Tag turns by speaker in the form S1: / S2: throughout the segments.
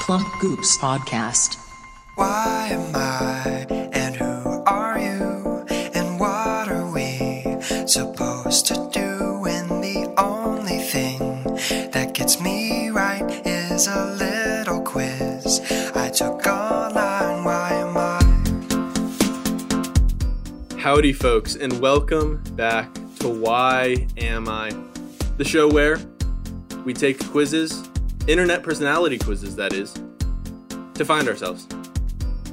S1: Plump Goops Podcast.
S2: Why am I and who are you and what are we supposed to do when the only thing that gets me right is a little quiz I took online? Why am I?
S3: Howdy, folks, and welcome back to Why Am I? The show where we take quizzes, internet personality quizzes, that is, to find ourselves.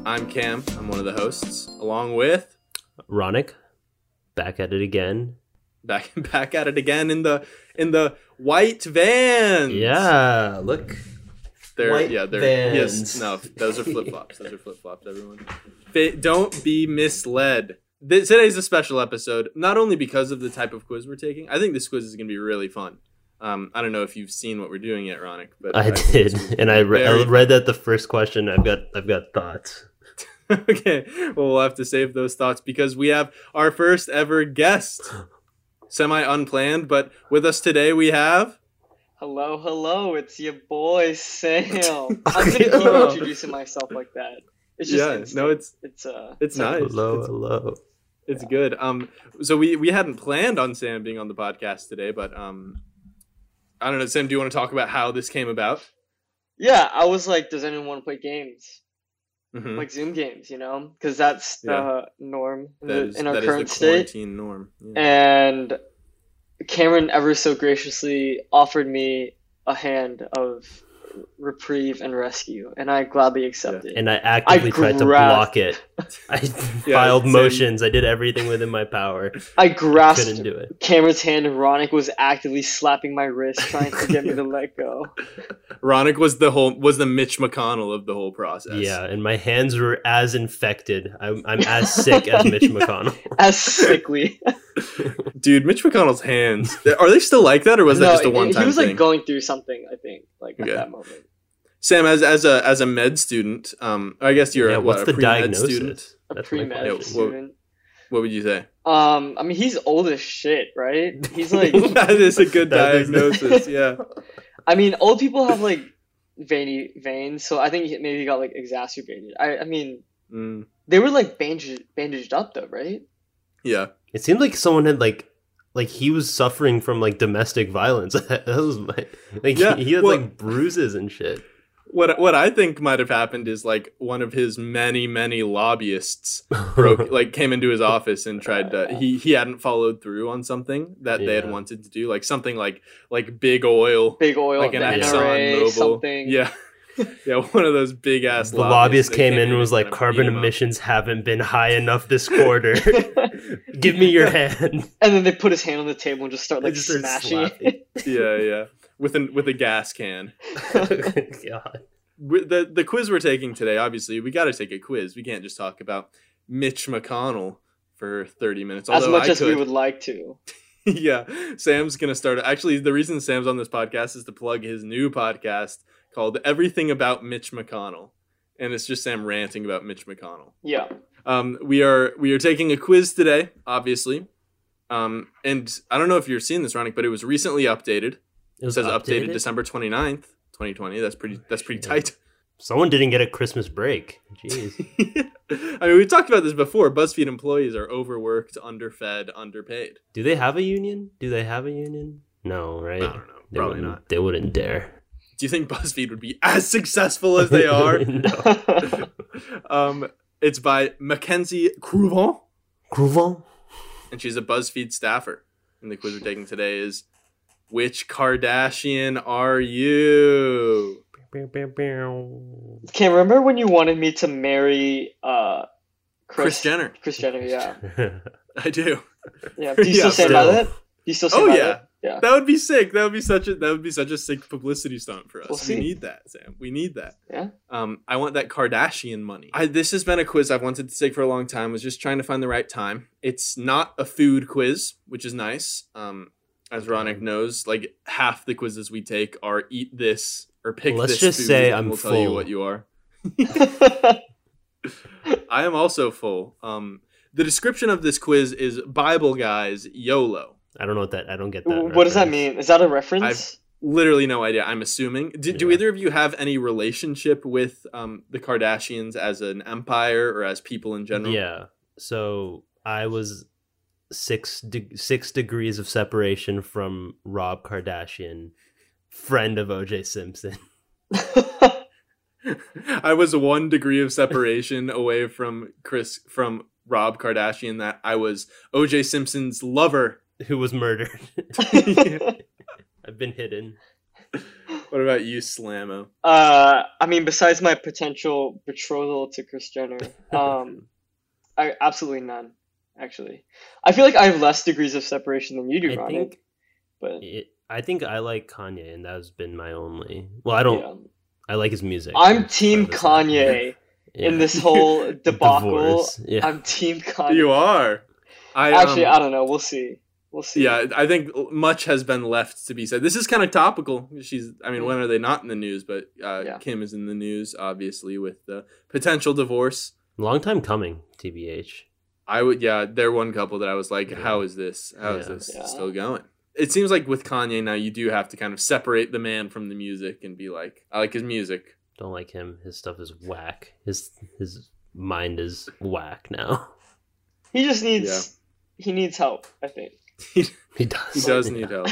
S3: I'm Cam, I'm one of the hosts, along with
S4: Ronick, back at it again.
S3: back back at it again in the in the white van.
S4: Yeah, look.
S3: They're
S4: White
S3: yeah, they're yes.
S4: Vans.
S3: No, those are flip flops. those are flip flops. Everyone, Fa- don't be misled. Th- today's a special episode, not only because of the type of quiz we're taking. I think this quiz is going to be really fun. Um, I don't know if you've seen what we're doing yet, Ronick, but
S4: I
S3: think
S4: did,
S3: it's-
S4: and I, re- I
S3: very-
S4: read that the first question. I've got I've got thoughts.
S3: okay, well, we'll have to save those thoughts because we have our first ever guest, semi unplanned, but with us today we have.
S5: Hello, hello, it's your boy Sam. I'm gonna keep introducing myself like that. It's just
S3: yeah,
S5: instinct.
S3: no, it's
S5: it's uh
S3: it's nice.
S4: Hello,
S3: It's-
S4: hello.
S3: It's good. Um, so we we hadn't planned on Sam being on the podcast today, but um, I don't know, Sam. Do you want to talk about how this came about?
S5: yeah. I was like, does anyone want to play games
S3: Mhm.
S5: like Zoom games? You know, because that's the norm in,
S3: That
S5: the,
S3: is-
S5: in our
S3: that is
S5: current
S3: the
S5: state.
S3: quarantine norm. Yeah.
S5: And Cameron ever so graciously offered me a hand of reprieve and rescue, and I gladly accepted.
S4: And I actively tried to block
S5: grasped-
S4: it. I filed
S3: same.
S4: motions. I did everything within my power.
S5: I grasped
S4: Couldn't do it.
S5: Cameron's hand and Ronick was actively slapping my wrist trying to get me to let go.
S3: Ronick was the whole was the Mitch McConnell of the whole process.
S4: Yeah, and my hands were as infected. I'm, I'm as sick as Mitch McConnell.
S5: As sickly.
S3: dude, Mitch McConnell's hands are they still like that, or was that just a
S5: it- it-
S3: one
S5: He
S3: time
S5: was
S3: thing?
S5: like going through something, I think, like
S3: Okay.
S5: at that moment.
S3: Sam, as as a as a med student, um, I guess you're
S4: yeah,
S3: a, what,
S4: what's
S3: a
S4: the
S3: pre-med
S4: diagnosis?
S3: student.
S5: A
S4: That's my
S5: pre med
S3: Yeah, well-
S4: question.
S5: student.
S3: What would you say?
S5: Um, I mean, he's old as shit, right? He's like,
S3: that is a good
S4: That is-
S3: diagnosis. yeah.
S5: I mean, old people have like veiny veins, so I think he maybe got like exacerbated. I, I mean,
S3: Mm,
S5: they were like bandaged, bandaged up though, right?
S3: yeah.
S4: It seemed like someone had like like he was suffering from like domestic violence. that was my like
S3: Yeah,
S4: he, he had
S3: well-
S4: like bruises and shit.
S3: What what I think might have happened is like one of his many many lobbyists broke like came into his office and tried to he he hadn't followed through on something that they had
S4: Yeah.
S3: wanted to do like something like like big oil
S5: Big oil,
S3: like an
S5: the
S3: Exxon
S5: NRA,
S3: Mobil
S5: something.
S3: yeah yeah one of those big ass
S4: the lobbyist came in and was like, "Carbon
S3: emission."
S4: emissions haven't been high enough this quarter. Give me your hand."
S5: And then they put his hand on the table and just start
S4: I
S5: like
S4: just started
S5: smashing it.
S3: yeah yeah with an with a gas can
S4: slapping. Oh God.
S3: we the the quiz we're taking today, obviously, we got to take a quiz. We can't just talk about Mitch McConnell for thirty minutes.
S5: as
S3: Although
S5: much
S3: I
S5: as we
S3: could.
S5: would like to.
S3: yeah, Sam's gonna start. Actually, the reason Sam's on this podcast is to plug his new podcast called "Everything About Mitch McConnell," and it's just Sam ranting about Mitch McConnell.
S5: Yeah.
S3: Um, we are we are taking a quiz today, obviously. Um, and I don't know if you're seeing this, Ronick, but it was recently updated.
S4: It
S3: It
S4: was
S3: says updated,
S4: updated. Oh,
S3: December 29th, 2020. That's pretty that's pretty
S4: Shit.
S3: tight.
S4: Someone didn't get a Christmas break. Jeez.
S3: I mean, we've talked about this before. BuzzFeed employees are overworked, underfed, underpaid.
S4: Do they have a union? Do they have a union? No, right?
S3: I don't know.
S4: They
S3: Probably
S4: wouldn't-
S3: not.
S4: They wouldn't dare.
S3: Do you think BuzzFeed would be as successful as they are?
S4: no.
S3: Oh. um, it's by Mackenzie Crouvon,
S4: Grouvon?
S3: and she's a BuzzFeed staffer. And the quiz we're taking today is Which Kardashian are you?
S4: Bow, bow, bow.
S5: Can remember when you wanted me to marry uh Chris,
S3: Chris Jenner.
S5: Chris Jenner, yeah.
S3: I do.
S5: Yeah. Do you still
S3: Yeah,
S5: stand by
S4: still.
S5: that? Do you still stand
S3: Oh
S5: by
S3: yeah.
S5: that? Yeah.
S3: That would be sick. That would be such a that would be such a sick publicity stunt for us.
S5: We'll
S3: we
S5: see.
S3: need that, Sam. We need that.
S5: Yeah.
S3: Um, I want that Kardashian money. I, this has been a quiz I've wanted to take for a long time. Was just trying to find the right time. It's not a food quiz, which is nice. Um, as Ronick knows, like half the quizzes we take are eat this or pick
S4: Let's
S3: this.
S4: just
S3: food,
S4: say
S3: and
S4: I'm
S3: we'll tell you
S4: full.
S3: what you are. I am also full. Um, the description of this quiz is Bible guys YOLO.
S4: I don't know what that. I don't get that.
S5: what does that
S4: reference.
S5: mean? Is that a reference?
S3: literally no idea. I'm assuming. Do, do either of you have any relationship with um, the Kardashians as an empire or as people in general?
S4: Yeah. So I was six de- six degrees of separation from Rob Kardashian, friend of OJ Simpson.
S3: I was one degree of separation away from Chris from Rob Kardashian. That I was OJ Simpson's lover.
S4: who was murdered. I've been hidden.
S3: What about you, Slammo?
S5: Uh, I mean, besides my potential betrothal to Chris Jenner, um, I absolutely none. Actually, I feel like I have less degrees of separation than you do,
S4: I
S5: Ronnie.
S4: think
S5: but
S4: it, I think I like Kanye, and that's been my only. Well, I don't.
S5: yeah.
S4: I like his music.
S5: I'm
S4: That's
S5: team
S4: what I was saying.
S5: Kanye
S4: Yeah.
S5: in this whole debacle.
S4: Divorce, Yeah.
S5: I'm team Kanye.
S3: You are. I
S5: Actually,
S3: um,
S5: I don't know. We'll see. We'll see.
S3: Yeah, I think much has been left to be said. This is kind of topical. She's, I mean, when are they not in the news? But uh,
S5: Mm. Yeah.
S3: Kim is in the news, obviously, with the potential divorce.
S4: Long time coming, TBH.
S3: I would, yeah, they're one couple that I was like, how is this? How is
S4: Yeah.
S3: this
S5: Yeah.
S3: still going? It seems like with Kanye now, you do have to kind of separate the man from the music and be like, I like his music.
S4: Don't like him. His stuff is whack. His his mind is whack now.
S5: He just needs he needs help. I think.
S4: He does.
S3: He does need help.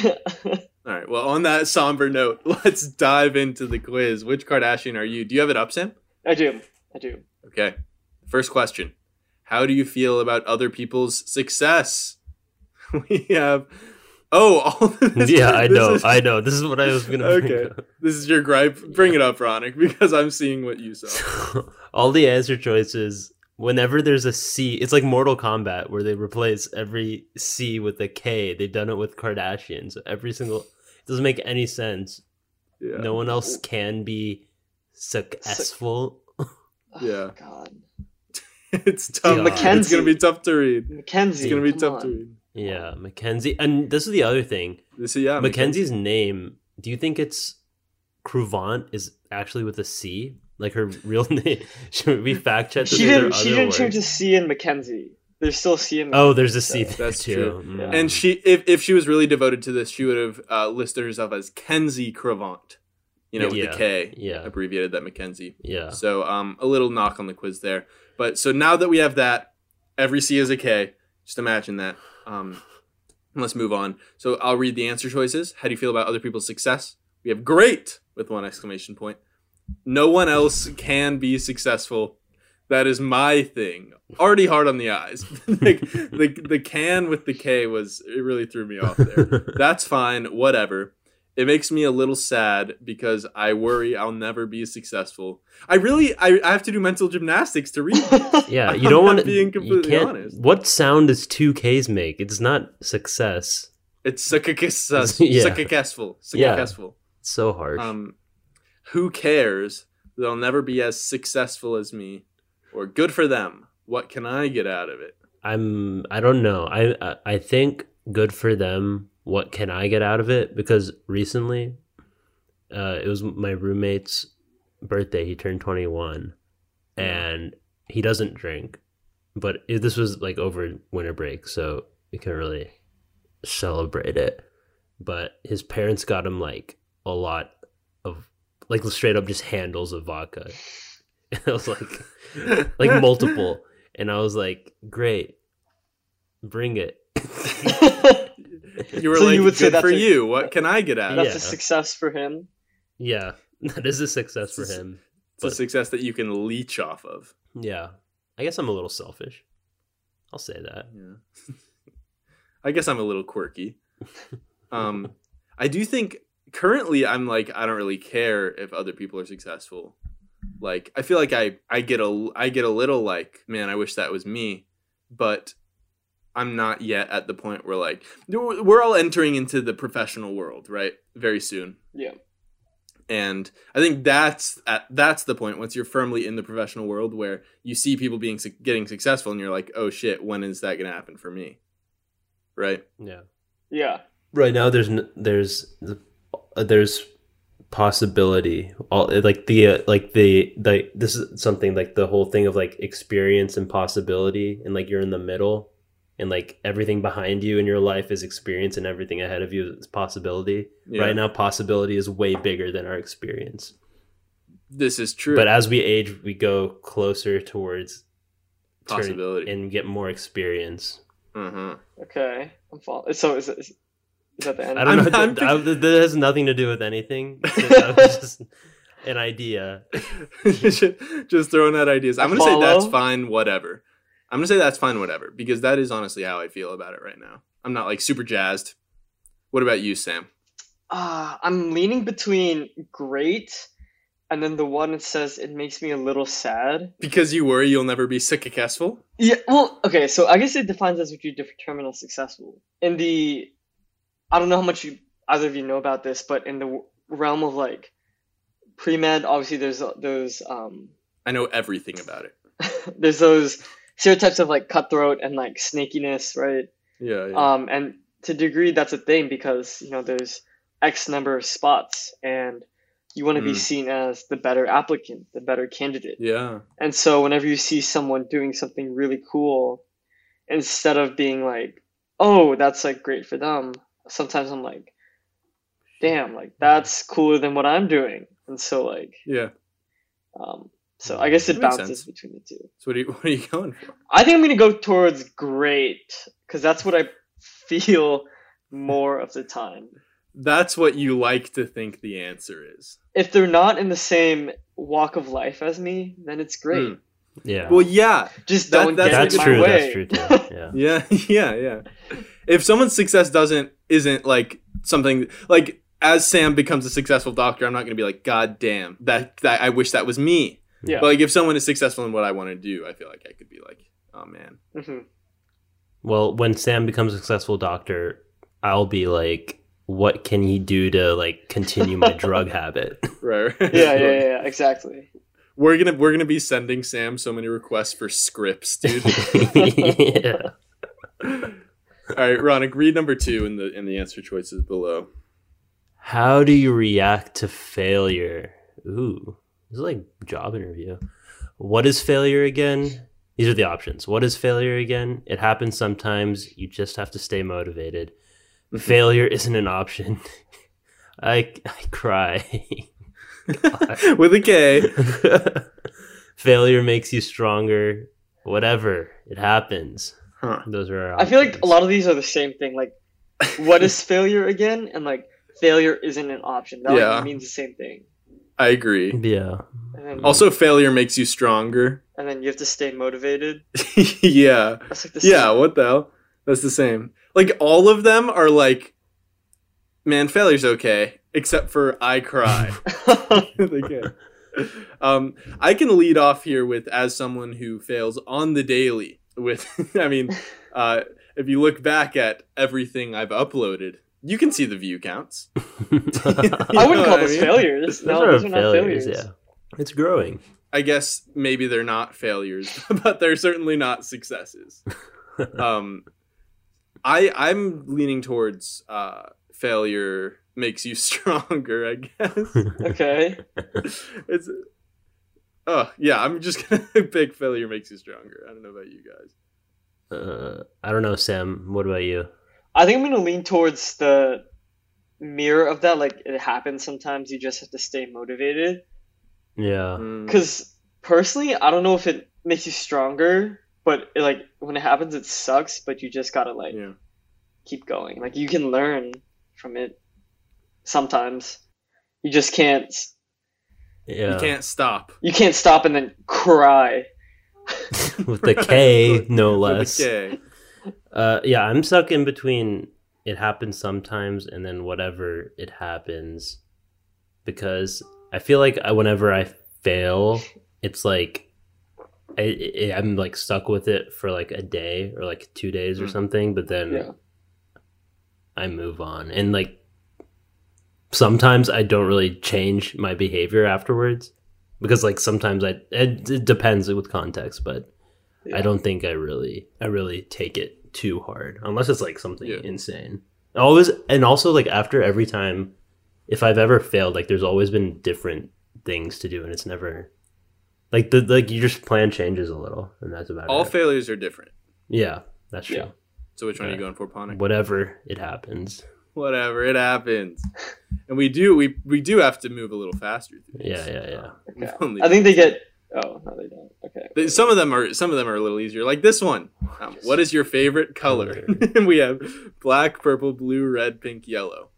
S3: All right. Well, on that somber note, let's dive into the quiz. Which Kardashian are you? Do you have it up, Sam?
S5: I do. I do.
S3: Okay. First question How do you feel about other people's success? We have. Oh, all this,
S4: yeah, I
S3: this
S4: know.
S3: is-
S4: I know. This is what I was gonna.
S3: Okay.
S4: Bring
S3: This is your gripe. Bring it up, Ronick, because I'm seeing what you saw.
S4: up. All the answer choices. Whenever there's a C, it's like Mortal Kombat where they replace every C with a K. They've done it with Kardashian. So every single it doesn't make any sense.
S3: Yeah.
S4: No one else can be successful.
S5: Oh,
S3: Yeah.
S5: God.
S3: It's tough.
S4: Yeah.
S3: It's going to be tough to read.
S5: Mackenzie.
S3: It's going to be
S5: come
S3: tough to
S5: on.
S3: read.
S4: yeah, Mackenzie. And this is the other thing.
S3: This, yeah,
S4: Mackenzie's name, do you think it's Cruvant is actually with a C? Like her real name? Should we fact check? that
S5: She
S4: there are
S5: didn't. She
S4: other
S5: didn't change to
S4: words?
S5: C in Mackenzie. There's still C in.
S4: Oh, there's a C. there
S3: That's
S4: too.
S3: true.
S4: Mm.
S5: Yeah.
S3: And she, if, if she was really devoted to this, she would have uh, listed herself as Kenzie Cravant, you know, with
S4: Yeah.
S3: the K,
S4: Yeah.
S3: abbreviated that Mackenzie.
S4: yeah,
S3: So um, a little knock on the quiz there. But so now that we have that, every C is a K. Just imagine that. Um, and let's move on. So I'll read the answer choices. How do you feel about other people's success? We have great with one exclamation point. No one else can be successful. That is my thing. Already hard on the eyes. the, the, the can with the K was, it really threw me off there. That's fine. Whatever. It makes me a little sad because I worry I'll never be successful. I really, I, I have to do mental gymnastics to read. this.
S4: yeah. You
S3: I'm
S4: don't
S3: not
S4: want to.
S3: being
S4: You
S3: completely
S4: can't.
S3: honest.
S4: What sound does two Ks make? It's not success.
S3: it's success,
S4: Yeah.
S3: successful,
S4: Yeah.
S3: successful.
S4: It's so harsh.
S3: Um, who cares? They'll never be as successful as me, or good for them. What can I get out of it?
S4: I'm. I don't know. I. I- I think good for them. What can I get out of it? Because recently, uh, it was my roommate's birthday. He turned 21, and he doesn't drink. But it, this was like over winter break, so we couldn't really celebrate it. But his parents got him like a lot of like straight up just handles of vodka. And I was like, like multiple. And I was like, great, bring it.
S3: You were
S5: So you
S3: like,
S5: would
S3: good
S5: say that's
S3: for
S5: a-
S3: you. What can I get out of
S5: That's
S3: it?
S4: Yeah.
S5: a success for him.
S4: Yeah, that is a success for him.
S3: It's a success that you can leech off of.
S4: Yeah, I guess I'm a little selfish. I'll say that.
S3: Yeah. I guess I'm a little quirky. Um, I do think currently I'm like I don't really care if other people are successful. Like I feel like I I get a I get a little like man I wish that was me, but I'm not yet at the point where like we're we're all entering into the professional world right very soon
S5: Yeah.
S3: and I think that's at, that's the point once you're firmly in the professional world where you see people being su- getting successful and you're like, oh shit, when is that gonna happen for me? Right?
S4: Yeah.
S5: Yeah.
S4: Right now, there's n- there's the- uh, there's possibility. All like the uh, like the the this is something like the whole thing of like experience and possibility, and like you're in the middle, and like everything behind you in your life is experience and everything ahead of you is possibility.
S3: Yeah.
S4: Right now, possibility is way bigger than our experience.
S3: This is true.
S4: But as we age, we go closer towards turn-
S3: Possibility.
S4: and get more experience.
S3: uh-huh.
S5: Okay, I'm following. So is, it, is that the end?
S4: I don't
S3: I'm-
S4: know.
S3: I'm
S4: th- I- th- that has nothing to do with anything. That was just an idea.
S3: Just throwing out ideas. I'm gonna say that's
S5: Follow?
S3: fine, whatever. I'm gonna say that's fine, whatever, because that is honestly how I feel about it right now. I'm not like super jazzed. What about you, Sam?
S5: Uh, I'm leaning between great and then the one that says it makes me a little sad.
S3: Because you worry you'll never be successful.
S5: Yeah, well, okay, so I guess it defines as what you determine as successful. In the, I don't know how much you either of you know about this, but in the w- realm of like pre med, obviously there's uh, those um
S3: I know everything about it.
S5: there's those stereotypes of like cutthroat and like snakiness, right?
S3: Yeah, yeah.
S5: Um, and to a degree, that's a thing because you know there's X number of spots, and you want to be
S3: Mm.
S5: seen as the better applicant, the better candidate.
S3: yeah.
S5: And so, whenever you see someone doing something really cool, instead of being like, "Oh, that's like great for them," sometimes I'm like, "Damn, like that's cooler than what I'm doing." And so, like,
S3: Yeah.
S5: um, so I guess it
S3: That makes
S5: bounces
S3: sense.
S5: between the two.
S3: So what are you, what are you going for?
S5: I think I'm gonna go towards great because that's what I feel more of the time.
S3: That's what you like to think the answer is.
S5: If they're not in the same walk of life as me, then it's great.
S3: Hmm.
S4: Yeah.
S3: Well, yeah,
S5: Just
S3: That-
S5: don't
S3: that's
S5: get
S4: that's
S5: in my
S4: true.
S5: way.
S4: That's true too. Yeah.
S3: yeah, yeah, yeah. If someone's success doesn't isn't like something like as Sam becomes a successful doctor, I'm not going to be like, God damn, that, that I wish that was me.
S5: Yeah.
S3: But like, if someone is successful in what I want to do, I feel like I could be like, oh man,
S5: Mhm.
S4: Well, when Sam becomes a successful doctor, I'll be like, what can he do to like continue my drug habit?
S3: right? right.
S5: Yeah, yeah, yeah, yeah, exactly.
S3: We're gonna we're gonna be sending Sam so many requests for scripts, dude.
S4: yeah.
S3: All right, Ronick, read number two in the in the answer choices below.
S4: How do you react to failure? Ooh, this is like job interview. What is failure again? These are the options. What is failure again? It happens sometimes. You just have to stay motivated.
S5: Mm-hmm.
S4: failure isn't an option. I, I cry.
S3: With a K.
S4: failure makes you stronger. Whatever. It happens.
S3: Huh.
S4: Those are our
S5: I feel like a
S4: options.
S5: lot of these are the same thing. Like, what is failure again? And like, failure isn't an option. That like,
S3: Yeah.
S5: means the same thing.
S3: I agree.
S4: Yeah.
S5: And then,
S3: Also, failure makes you stronger.
S5: and then you have to stay motivated.
S3: yeah.
S5: That's like the
S3: Yeah,
S5: same-
S3: what the hell? That's the same. Like all of them are like man, failure's okay, except for I cry. They can't. Um I can lead off here with as someone who fails on the daily with I mean, uh if you look back at everything I've uploaded, you can see the view counts.
S5: I wouldn't call
S3: this
S5: those failures.
S4: Those
S5: No,
S4: are
S5: those
S4: our
S5: are not failures.
S4: Yeah. It's growing.
S3: I guess maybe they're not failures, but they're certainly not successes. um, I I'm leaning towards uh, failure makes you stronger. I guess
S5: Okay.
S3: it's. Oh yeah, I'm just gonna pick failure makes you stronger. I don't know about you guys.
S4: Uh, I don't know, Sam. What about you?
S5: I think I'm gonna lean towards the mirror of that. Like it happens sometimes. You just have to stay motivated.
S4: Yeah.
S3: Mm,
S5: Because personally, I don't know if it makes you stronger, but it, like when it happens, it sucks. But you just gotta like
S3: yeah,
S5: keep going. Like you can learn from it. Sometimes you just can't.
S4: Yeah.
S3: you can't stop.
S5: You can't stop and then cry.
S4: With the K, no
S3: With a
S4: less.
S3: K.
S4: Uh, yeah, I'm stuck in between it happens sometimes and then whatever it happens because I feel like I, whenever I fail, it's like I, I, I'm like stuck with it for like a day or like two days or
S3: Mm.
S4: something, but then
S5: Hmm. Yeah.
S4: I move on. And like sometimes I don't really change my behavior afterwards because like sometimes I it, it depends with context, but I
S5: Yeah.
S4: don't think I really I really take it too hard unless it's like something
S3: Yeah.
S4: insane. Always and also like after every time if I've ever failed, like there's always been different things to do and it's never like the like your just plan changes a little and that's about
S3: All
S4: it.
S3: failures are different.
S4: yeah, that's true.
S5: Yeah.
S3: So which one are you
S4: Yeah.
S3: going for, Ponic?
S4: Whatever it happens.
S3: Whatever, it happens. And we do we we do have to move a little faster. Through these.
S4: Yeah, yeah, yeah.
S3: We've
S5: Okay.
S3: only-
S5: I think they get. Oh no, they don't. Okay.
S3: Th- Some of them are some of them are a little easier. Like this one. Um, what is your favorite color? and we have black, purple, blue, red, pink, yellow.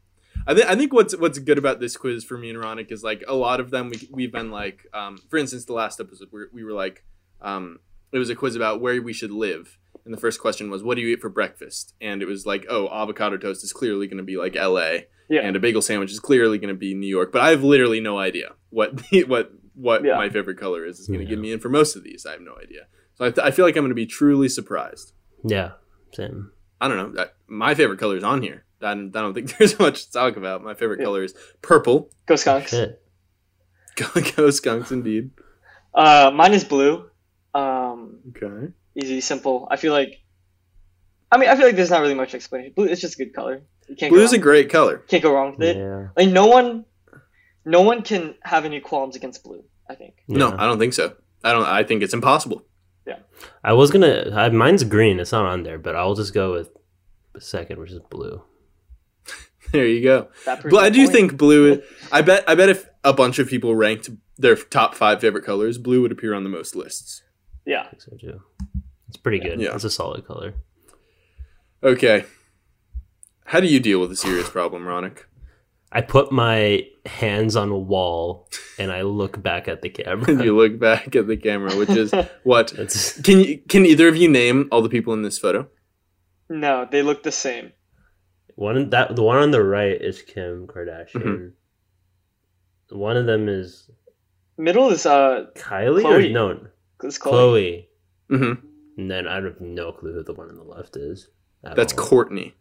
S3: I think I think what's what's good about this quiz for me and Ronic is like a lot of them we we've been like um, for instance the last episode we we were like um, it was a quiz about where we should live and the first question was what do you eat for breakfast and it was like oh avocado toast is clearly going to be like L.A.
S5: Yeah.
S3: and a bagel sandwich is clearly going to be New York but I have literally no idea what the, what what
S5: Yeah.
S3: my favorite color is is going to
S4: Yeah.
S3: give me in for most of these I have no idea so I, I feel like I'm going to be truly surprised.
S4: Yeah, same.
S3: I don't know. I- My favorite color is on here. I don't, I don't think there's much to talk about. My favorite
S5: Yeah.
S3: color is purple.
S5: Go skunks.
S4: Shit.
S3: Go, go skunks, indeed.
S5: Uh, mine is blue. Um,
S3: Okay.
S5: easy, simple. I feel like. I mean, I feel like there's not really much explanation. Blue, it's just a good color. You can't.
S3: Blue
S5: Go
S3: is a
S5: wrong.
S3: great color.
S5: Can't go wrong with it.
S4: Yeah.
S5: Like no one, no one can have any qualms against blue. I think.
S3: No,
S4: Yeah.
S3: I don't think so. I don't. I think it's impossible.
S4: I was gonna. I, mine's green. It's not on there, but I'll just go with the second, which is blue.
S3: There you go.
S5: That proves
S3: But
S5: my
S3: I do
S5: point.
S3: think blue. I bet. I bet if a bunch of people ranked their top five favorite colors, blue would appear on the most lists.
S5: Yeah.
S4: I think so too. It's pretty good.
S3: Yeah.
S4: It's a solid color.
S3: Okay. How do you deal with a serious problem, Ronick?
S4: I put my hands on a wall and I look back at the camera.
S3: you look back at the camera, which is what.
S4: That's
S3: Can you, can either of you name all the people in this photo?
S5: No, they look the same.
S4: one that the one on the right is Kim
S3: Mm-hmm.
S4: Kardashian. One of them is
S5: Middle is uh,
S4: Kylie
S5: Chloe.
S4: or no
S5: is Chloe.
S4: Chloe.
S3: Mm-hmm.
S4: And then I have no clue who the one on the left is. at
S3: That's Uh,
S4: all.
S3: Courtney.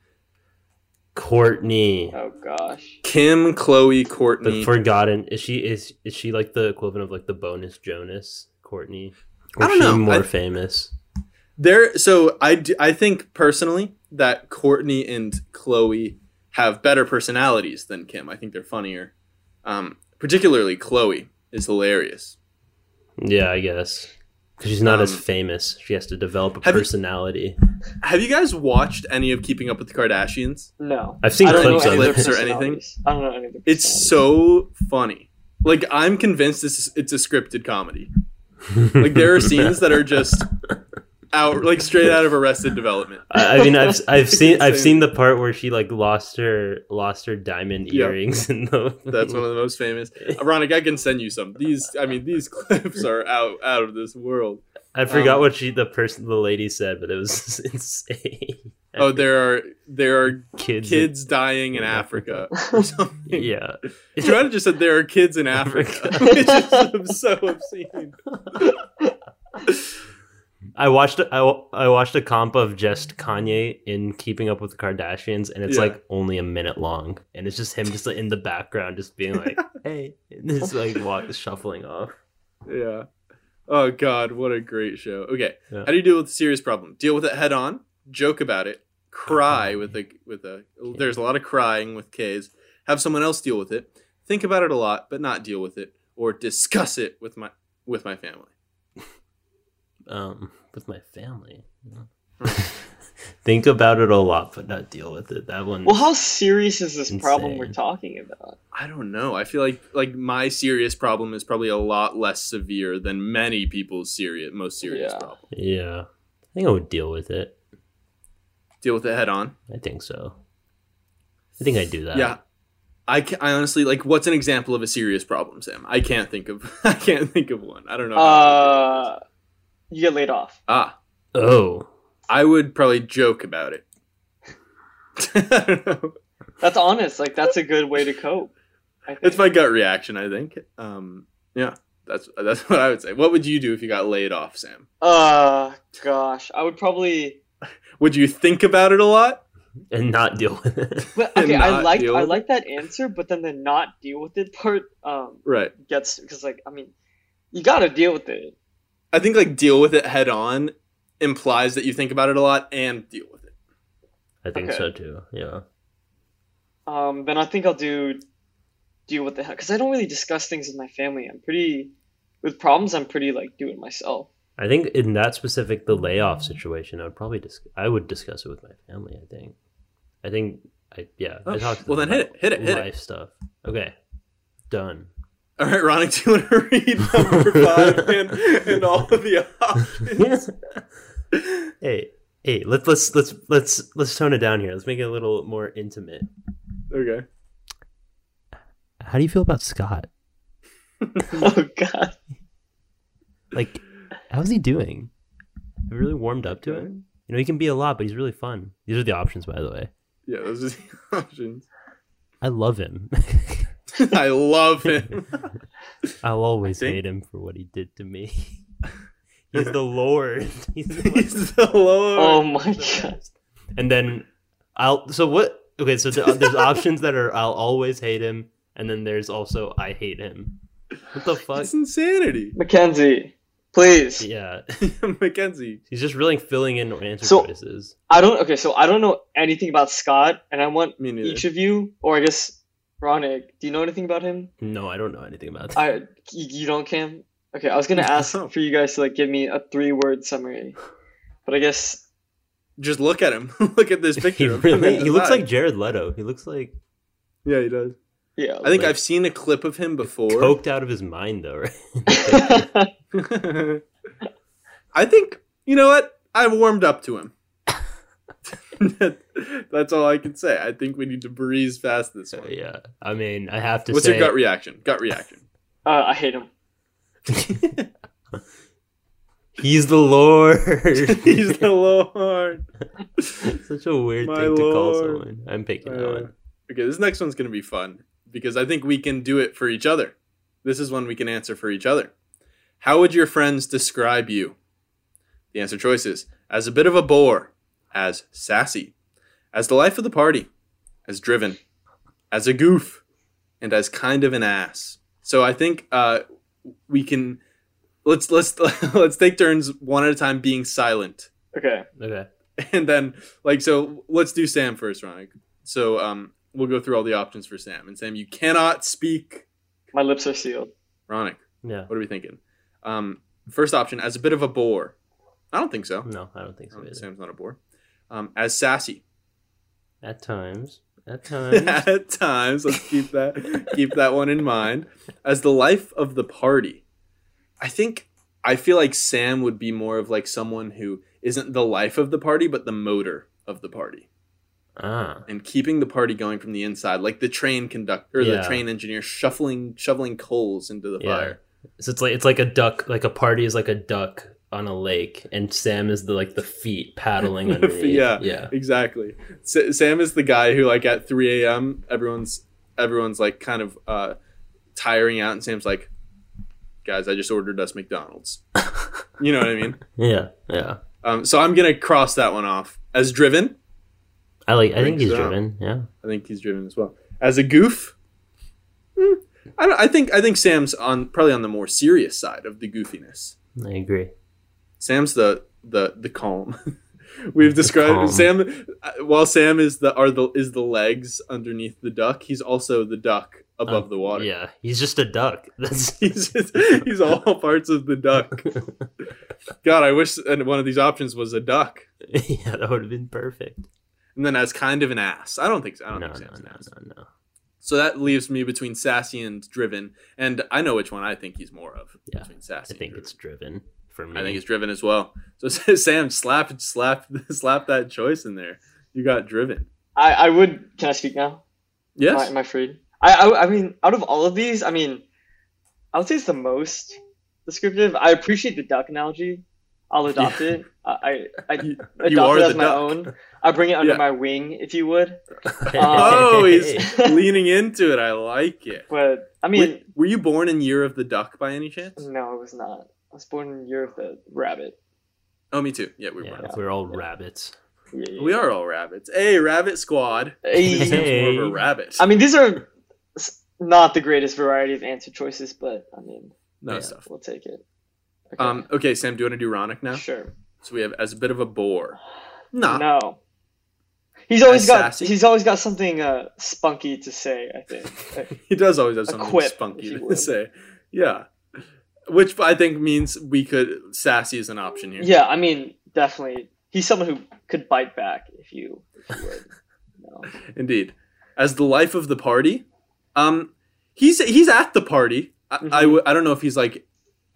S4: Courtney.
S5: Oh gosh.
S3: Kim, Chloe,
S4: The
S3: Courtney.
S4: forgotten is she is is she like the equivalent of like the bonus Jonas Courtney?
S3: I don't
S4: is she
S3: know.
S4: More
S3: I-
S4: famous.
S3: there. So I, d- I think personally that Courtney and Chloe have better personalities than Kim. I think they're funnier. Um, particularly Chloe is hilarious.
S4: Yeah, I guess. 'Cause she's not as
S3: Um,
S4: famous. She has to develop a
S3: have you-
S4: personality.
S3: Have you guys watched any of Keeping Up with the Kardashians?
S5: No.
S4: I've seen
S3: I don't know
S4: clips
S3: any
S4: of
S3: of
S4: it.
S3: clips or anything?
S5: personalities. I don't know any of the
S3: It's
S5: personalities.
S3: so funny. Like I'm convinced this is, it's a scripted comedy. Like there are scenes that are just out like straight out of Arrested Development.
S4: I, I mean, I've I've seen I've
S3: Insane.
S4: seen the part where she like lost her lost her diamond
S3: Yeah.
S4: earrings in the.
S3: That's one of the most famous. Ronick, I can send you some. These, I mean, these clips are out out of this world.
S4: I forgot
S3: um,
S4: what she the person the lady said, but it was insane.
S3: Oh, there are there are
S4: kids,
S3: kids dying in Africa or something.
S4: Yeah,
S3: Joanna just said there are kids in Africa, which is so obscene.
S4: I watched I, wa- I watched a comp of just Kanye in Keeping Up with the Kardashians, and it's
S3: Yeah.
S4: like only a minute long, and it's just him just like, in the background, just being like, "Hey," and just like walk shuffling off.
S3: Yeah. Oh God, what a great show. Okay,
S4: Yeah.
S3: how do you deal with a serious problem? Deal with it head on. Joke about it. Cry with a with a. There's a lot of crying with K's. Have someone else deal with it. Think about it a lot, but not deal with it, or discuss it with my with my family.
S4: um, with my family. Think about it a lot, but not deal with it. That one.
S5: Well, how serious is this problem
S4: Insane.
S5: we're talking about?
S3: I don't know. I feel like like my serious problem is probably a lot less severe than many people's serious most serious
S5: Yeah.
S3: problem.
S4: yeah, I think I would deal with it.
S3: Deal with it head on.
S4: I think so. I think I do that.
S3: yeah. I, ca I honestly like what's an example of a serious problem, Sam? I can't think of I can't think of one. I don't know. how to
S5: Uh, you get laid off.
S3: do it. ah,
S4: Oh,
S3: I would probably joke about it. I don't know.
S5: That's honest. Like that's a good way to cope. I think.
S3: It's my gut reaction, I think. Um yeah, that's that's what I would say. What would you do if you got laid off, Sam?
S5: Uh, gosh, I would probably.
S3: Would you think about it a lot?
S4: and not deal with it.
S5: But
S3: And
S5: okay, I
S3: not
S5: like
S3: deal
S5: I
S3: with it.
S5: like that answer, but then the not deal with it part um
S3: Right.
S5: gets because like I mean, you gotta deal with it.
S3: I think like deal with it head on implies that you think about it a lot and deal with it.
S4: I think
S5: Okay.
S4: so too. Yeah.
S5: Um, then I think I'll do deal with the heck because I don't really discuss things with my family. I'm pretty with problems. I'm pretty like do it myself.
S4: I think in that specific the layoff situation, I would probably dis- I would discuss it with my family. I think. I think. I yeah.
S3: Oh,
S4: I talked to
S3: well
S4: them
S3: then hit
S4: about
S3: it, hit it, hit it.
S4: life stuff. Okay. Done.
S3: All right, Ronick, do you want to read number five and, and all of the options?
S4: hey, hey. Let's let's let's let's let's tone it down here. Let's make it a little more intimate.
S3: Okay.
S4: How do you feel about Scott?
S5: Oh god.
S4: Like, how's he doing? Have you really warmed up to
S3: Okay.
S4: him? You know, he can be a lot, but he's really fun. These are the options, by the way.
S3: Yeah, those are the options.
S4: I love him.
S3: I love him.
S4: I'll always
S3: think-
S4: hate him for what he did to me. He's the Lord. He's the one-
S3: He's the Lord.
S5: Oh my
S4: the
S5: god.
S4: best. And then I'll. So what? Okay, so th- there's options that are I'll always hate him, and then there's also I hate him. What the fuck?
S3: It's insanity.
S5: Mackenzie, please.
S4: Yeah,
S3: Mackenzie.
S4: he's just really filling in answer
S5: So-
S4: choices.
S5: I don't okay, so I don't know anything about Scott and I want
S3: Me neither.
S5: each of you or I guess Ronick, do you know anything about him?
S4: No, I don't know anything about that.
S5: I you you don't Cam? Okay, I was gonna ask
S3: No.
S5: for you guys to like give me a three word summary. But I guess
S3: Just look at him. look at this picture.
S4: he
S3: of him
S4: really
S3: and
S4: he
S3: his
S4: looks
S3: eye.
S4: like Jared Leto. He looks like
S3: Yeah, he does.
S5: yeah.
S3: I think
S4: Like-
S3: I've seen a clip of him before.
S4: coked out of his mind, though. Right?
S3: I think you know what? I've warmed up to him. That- That's all I can say. I think we need to breeze past this one.
S4: Uh, yeah, I mean, I have to
S3: What's
S4: say,
S3: your gut reaction? Gut reaction.
S5: uh, I hate him.
S4: he's the Lord.
S3: He's the Lord.
S4: Such a weird
S3: My
S4: thing to call
S3: lord.
S4: someone. I'm picking that
S3: Uh,
S4: one.
S3: okay, this next one's gonna be fun because I think we can do it for each other. This is one we can answer for each other. How would your friends describe you? The answer choices as a bit of a bore, as sassy, as the life of the party, as driven, as a goof, and as kind of an ass. So I think uh, we can let's let's let's take turns one at a time being silent
S5: Okay.
S4: Okay.
S3: and then like so let's do sam first Ronick. so um we'll go through all the options for sam and sam you cannot speak
S5: My lips are sealed.
S3: Ronick,
S4: Yeah.
S3: what are we thinking um first option as a bit of a bore i don't think so
S4: No, I don't think
S3: I
S4: so
S3: don't-
S4: either.
S3: sam's not a bore um as sassy
S4: At times. At times.
S3: at times let's keep that keep that one in mind as the life of the party i think i feel like sam would be more of like someone who isn't the life of the party but the motor of the party
S4: ah.
S3: and keeping the party going from the inside, like the train conductor, or the
S4: Yeah.
S3: train engineer shuffling shoveling coals into the
S4: Yeah.
S3: fire.
S4: So it's like it's like a duck like a party is like a duck on a lake and Sam is the like the feet paddling
S3: The
S4: underneath.
S3: feet, yeah.
S4: Yeah.
S3: Exactly. Sa- Sam is the guy who, like, at 3 a.m., everyone's everyone's like kind of uh, tiring out, and Sam's like, "Guys, I just ordered us McDonald's." you know what I mean?
S4: Yeah. Yeah.
S3: Um, so I'm gonna cross that one off as driven.
S4: I like I think
S3: Think
S4: he's
S3: so.
S4: driven. Yeah.
S3: I think he's driven as well. As a goof, hmm, I don't. I think I think Sam's on probably on the more serious side of the goofiness.
S4: I agree.
S3: Sam's the the the calm. We've described
S4: calm.
S3: Sam uh, while Sam is the are the is the legs underneath the duck. He's also the duck above
S4: Um,
S3: the water.
S4: Yeah. He's just a duck. That's
S3: He's just, he's all parts of the duck. God, I wish and one of these options was a duck.
S4: yeah, that would have been perfect.
S3: And then as kind of an ass. I don't think so. I
S4: No,
S3: don't
S4: no,
S3: think
S4: no,
S3: Sam's an ass.
S4: no, no.
S3: So that leaves me between sassy and driven, and I know which one I think he's more of.
S4: Yeah,
S3: between sassy.
S4: I
S3: and
S4: think
S3: driven.
S4: it's driven for me.
S3: I think it's driven as well. So Sam, slap, slap, slap that choice in there. You got driven.
S5: I, I would can I speak now?
S3: Yes.
S5: Am I, am I freed? I, I I mean, out of all of these, I mean, I would say it's the most descriptive. I appreciate the duck analogy. I'll adopt it. I I, I
S3: You-
S5: adopt
S3: you are
S5: it
S3: the
S5: as my
S3: duck.
S5: own. I bring it under
S3: Yeah.
S5: my wing, if you would.
S3: oh,
S4: Hey.
S3: he's leaning into it. I like it.
S5: But I
S3: Were,
S5: mean, Mm-hmm.
S3: were you born in Year of the Duck by any chance?
S5: no, it was not. I was born in Europe, the rabbit.
S3: Oh, me too. Yeah, we were.
S4: Yeah,
S3: born.
S4: we're all rabbits.
S5: Yeah, yeah,
S3: We
S5: yeah.
S3: are all rabbits. Hey, rabbit squad.
S5: Hey.
S3: Sam's more of a rabbit.
S5: I mean, these are s- not the greatest variety of answer choices, but I mean,
S3: no
S4: yeah.
S3: stuff.
S5: we'll take it. Okay.
S3: Um. Okay, Sam. Do you want to do Ronick now?
S5: sure.
S3: So we have as a bit of a bore. Nah.
S5: No. He's always
S3: As
S5: got
S3: sassy?
S5: he's always got something uh, spunky to say. I think. Uh,
S3: He does always have
S5: A
S3: something
S5: quip, if
S3: spunky
S5: you
S3: to
S5: would.
S3: say. Yeah. Which I think means we could sassy is an option here.
S5: Yeah, I mean, definitely. He's someone who could bite back if you, if you would. No.
S3: Indeed. As the life of the party, um, he's he's at the party. I
S5: Mm-hmm.
S3: I, w- I don't know if he's like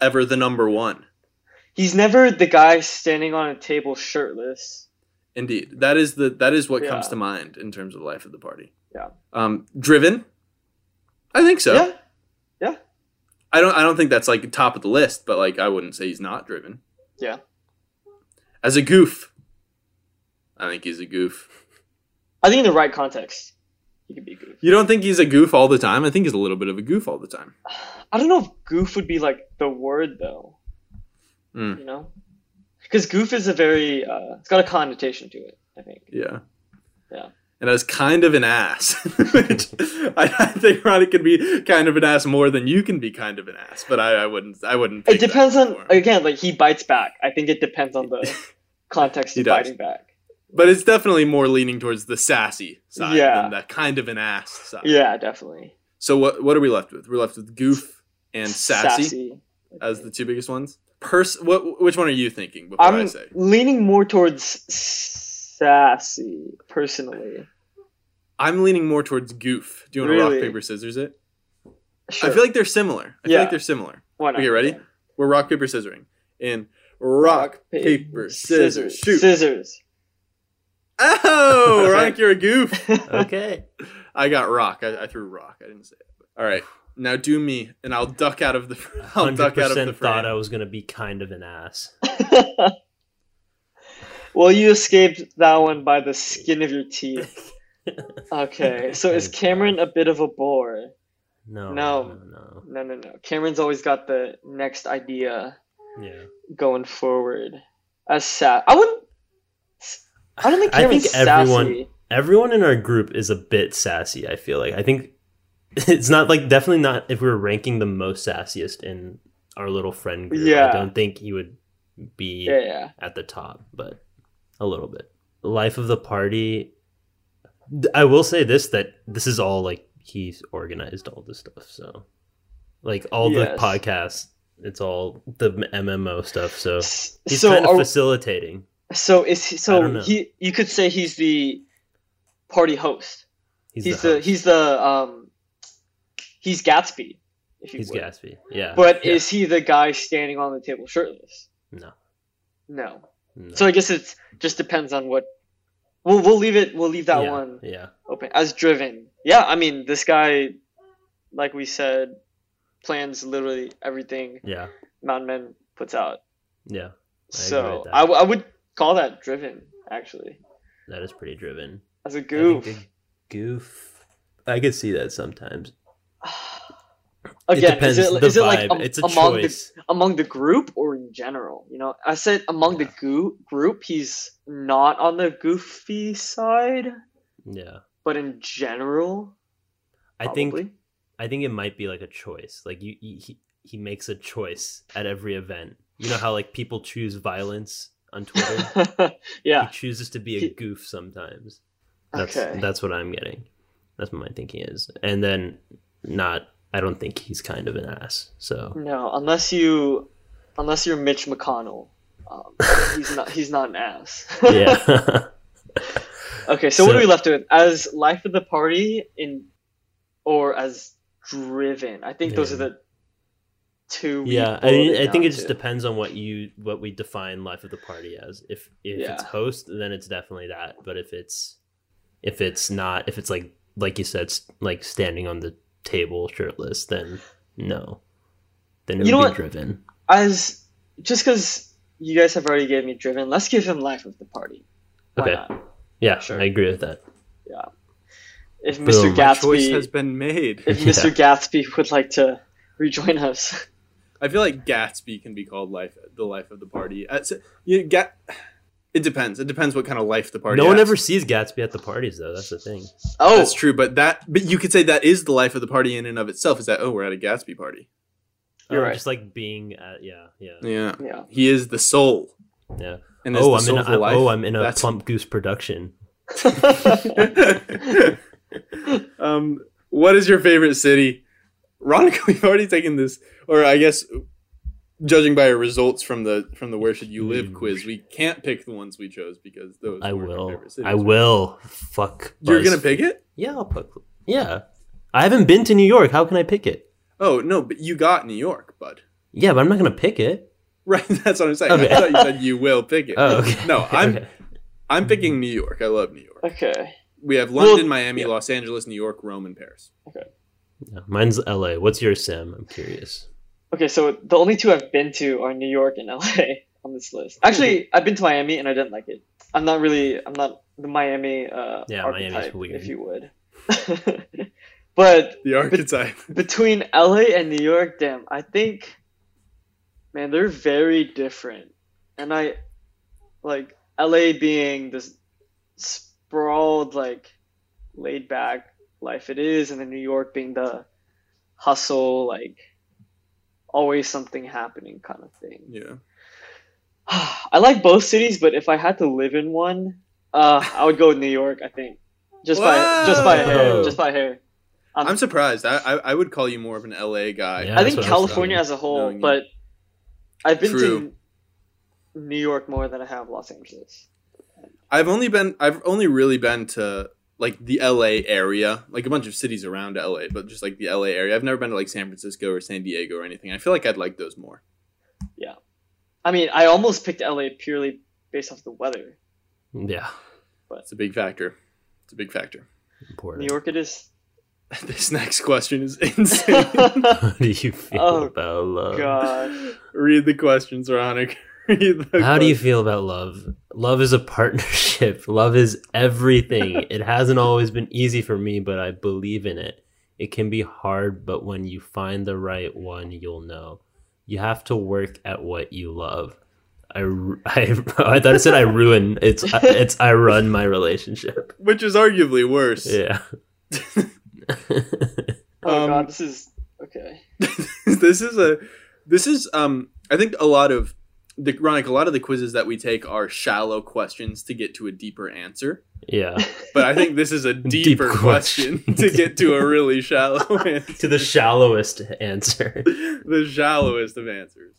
S3: ever the number one.
S5: He's never the guy standing on a table shirtless.
S3: Indeed, that is the that is what comes
S5: Yeah.
S3: to mind in terms of life of the party.
S5: Yeah.
S3: Um, driven. I think so.
S5: Yeah.
S3: I don't I don't think that's like top of the list, but like I wouldn't say he's not driven.
S5: Yeah.
S3: As a goof. I think he's a goof.
S5: I think in the right context, he could be a goof.
S3: You don't think he's a goof all the time? I think he's a little bit of a goof all the time.
S5: I don't know if goof would be like the word though.
S3: Mm.
S5: You know, because goof is a very uh, it's got a connotation to it. I think.
S3: Yeah.
S5: Yeah.
S3: And as kind of an ass, which I, I think Ronnie can be kind of an ass more than you can be kind of an ass, but I, I wouldn't I wouldn't
S5: It
S3: take that
S5: depends on
S3: for him.
S5: again, like he bites back. I think it depends on the context
S3: He
S5: of
S3: does.
S5: biting back.
S3: But it's definitely more leaning towards the sassy side
S5: Yeah.
S3: than the kind of an ass side.
S5: Yeah, definitely.
S3: So what what are we left with? We're left with goof and sassy. as the two biggest ones. Pers- what, which one are you thinking before i
S5: I'm
S3: say?
S5: leaning more towards sassy personally.
S3: I'm leaning more towards goof. Do you want to rock
S5: Really?
S3: paper scissors it?
S5: Sure.
S3: I feel like they're similar. I feel
S5: Yeah.
S3: like they're similar.
S5: Why not?
S3: Okay, ready? We're rock paper scissoring. In rock paper scissors shoot.
S5: Scissors.
S3: Oh, Rock, you're a goof.
S4: Okay.
S3: I got rock. I, I threw rock. I didn't say it. All right, now do me, and I'll duck out of the. I'll
S4: Hundred
S3: duck out of the.
S4: percent thought I
S3: frame.
S4: was gonna be kind of an ass.
S5: well, you escaped that one by the skin of your teeth. Okay, so is Cameron a bit of a bore?
S4: No,
S5: No.
S4: no, no.
S5: No, no, no. Cameron's always got the next idea
S4: Yeah,
S5: going forward. As sad, I wouldn't. I don't think
S4: I think
S5: Cameron's
S4: everyone-
S5: sassy.
S4: everyone in our group is a bit sassy. I feel like I think it's not like definitely not if we were ranking the most sassiest in our little friend group.
S5: Yeah.
S4: I don't think he would be
S5: Yeah, yeah.
S4: at the top, but a little bit. Life of the party. Th- I will say this that this is all like he's organized all this stuff. So, like all
S5: Yes.
S4: the podcasts, it's all the MMO stuff. So
S5: S-
S4: he's
S5: so,
S4: kind of
S5: are-
S4: facilitating.
S5: so is he,
S4: I don't
S5: so
S4: know.
S5: he? You could say he's the party host.
S4: He's,
S5: He's,
S4: the,
S5: the, he's the um. He's Gatsby. If you
S4: he's
S5: would.
S4: Gatsby. Yeah,
S5: But
S4: Yeah.
S5: is he the guy standing on the table shirtless?
S4: no.
S5: No.
S4: no.
S5: So I guess it's just depends on what. We'll we'll leave it. We'll leave that
S4: yeah.
S5: one
S4: Yeah,
S5: open as driven. Yeah, I mean this guy, like we said, plans literally everything
S4: yeah,
S5: Mountain Men puts out.
S4: yeah. I agree
S5: so
S4: with that.
S5: I, w- I would call that driven actually
S4: That is pretty driven.
S5: as a
S4: I think
S5: goof.
S4: the goof. I could see that sometimes.
S5: Again,
S4: it depends.
S5: is it,
S4: the
S5: is it
S4: vibe.
S5: like am-
S4: it's a
S5: among the
S4: choice.
S5: among the group or in general? You know, I said among the
S4: Yeah.
S5: goo- group, he's not on the goofy side.
S4: Yeah.
S5: but in general,
S4: I think
S5: probably.
S4: I think it might be like a choice. Like you, you- he he makes a choice at every event. You know how like people choose violence on Twitter. He
S5: yeah,
S4: chooses to be a
S5: He-
S4: goof sometimes. That's
S5: Okay.
S4: that's what I'm getting. That's what my thinking is. And then not. I don't think he's kind of an ass. So
S5: no, unless you, unless you're Mitch McConnell, um, he's not. He's not an ass.
S4: yeah,
S5: okay, so, what
S4: So-
S5: are we left with? As life of the party in, or as driven? I think those are
S4: Yeah.
S5: the two. we
S4: yeah. I
S5: boiled
S4: mean, I
S5: down
S4: think it just
S5: to.
S4: depends on what you what we define life of the party as. If if it's
S5: Yeah.
S4: host, then it's definitely that. But if it's if it's not, if it's like like you said, s- like standing on the table shirtless, then no, then it
S5: You know
S4: would be
S5: what?
S4: driven.
S5: as just because you guys have already gave me driven. Let's give him life of the party. Why
S4: Okay.
S5: not?
S4: Yeah,
S5: Sure.
S4: I agree with that.
S5: If
S4: Boom.
S5: Mr.
S4: My
S3: My
S5: Gatsby
S3: choice has been made.
S5: if
S4: Yeah.
S5: Mr. Gatsby would like to rejoin us.
S3: I feel like Gatsby can be called life, the life of the party. Uh, so- you get, it depends. It depends what kind of life the party.
S4: no one
S3: has.
S4: ever sees Gatsby at the parties though. That's the thing.
S5: Oh,
S3: That's true, but that, but you could say that is the life of the party in and of itself. Is that oh, we're at a Gatsby party?
S5: You're
S4: Oh,
S5: right.
S4: Just like being at yeah yeah
S3: Yeah,
S5: yeah.
S3: he is the soul.
S4: yeah.
S3: And is
S4: Oh,
S3: the
S4: I'm in
S3: soul
S4: a,
S3: of the
S4: I'm,
S3: life.
S4: oh I'm in a
S3: That's-
S4: plump goose production.
S3: um, what is your favorite city? Ronica, we've already taken this, or I guess judging by our results from the from the where should you live quiz, we can't pick the ones we chose because those
S4: Hmm. I
S3: weren't our
S4: will.
S3: favorite cities.
S4: I will. Fuck.
S3: You're gonna
S4: Buzz.
S3: pick it?
S4: Yeah, I'll pick. Yeah, I haven't been to New York. How can I pick it?
S3: Oh no, but you got New York, bud.
S4: Yeah, but I'm not gonna pick it.
S3: Right, that's what I'm saying.
S4: Okay.
S3: I thought you said you will pick it.
S4: Oh, okay.
S3: No, I'm
S4: Okay. Hmm.
S3: I'm picking New York. I love New York.
S5: Okay.
S3: We have
S5: Well,
S3: London, Miami, Los Angeles, New York, Rome, and Paris.
S4: No, mine's L.A. What's yours, Sam? I'm curious.
S5: Okay, so the only two I've been to are New York and LA on this list.
S4: Hmm.
S5: Actually, I've been to Miami and I didn't like it. I'm not really, I'm not the Miami uh,
S4: Yeah, Miami's
S5: archetype,
S4: weird.
S5: if you would. but
S3: The archetype.
S5: between LA and New York, damn, I think, man, they're very different. And I, like, LA being this sprawled, like, laid back life it is, and then New York being the hustle, like, always something happening kind of thing.
S3: Yeah.
S5: I like both cities, but if I had to live in one, uh, I would go with New York, I think. Just by just by a hair,
S4: Whoa.
S5: just by a hair.
S3: I'm surprised. I, I I would call you more of an LA guy.
S4: Yeah.
S5: I
S4: that's what
S5: think
S4: I was
S5: California
S4: thinking.
S5: as a whole,
S3: Knowing you.
S5: but I've been
S3: True.
S5: to New York more than I have Los Angeles.
S3: I've only been I've only really been to like the LA area, like a bunch of cities around LA, but just like the LA area. I've never been to like San Francisco or San Diego or anything. I feel like I'd like those more.
S5: I mean, I almost picked LA purely based off the weather.
S4: Yeah,
S3: It's a big factor. It's a big factor.
S4: important.
S5: New York it is. Oh,
S3: This next question is insane.
S5: Gosh.
S4: How do you feel
S5: Oh,
S4: about love?
S3: Read the questions, Ronick. Read the
S4: How do you
S3: questions.
S4: feel about love? Love is a partnership. Love is everything. it hasn't always been easy for me, but I believe in it. It can be hard, but when you find the right one, you'll know. You have to work at what you love. I, ru- I, I thought it said I ruin. It's it's I run my relationship.
S3: which is arguably worse.
S4: Yeah.
S5: Oh
S3: Um,
S5: god, this is okay.
S3: this is a this is um I think a lot of the Ronick, a lot of the quizzes that we take are shallow questions to get to a deeper answer.
S4: yeah.
S3: But I think this is a
S4: Deep
S3: deeper
S4: question.
S3: question to get to a really shallow answer.
S4: To the shallowest answer.
S3: The shallowest of answers.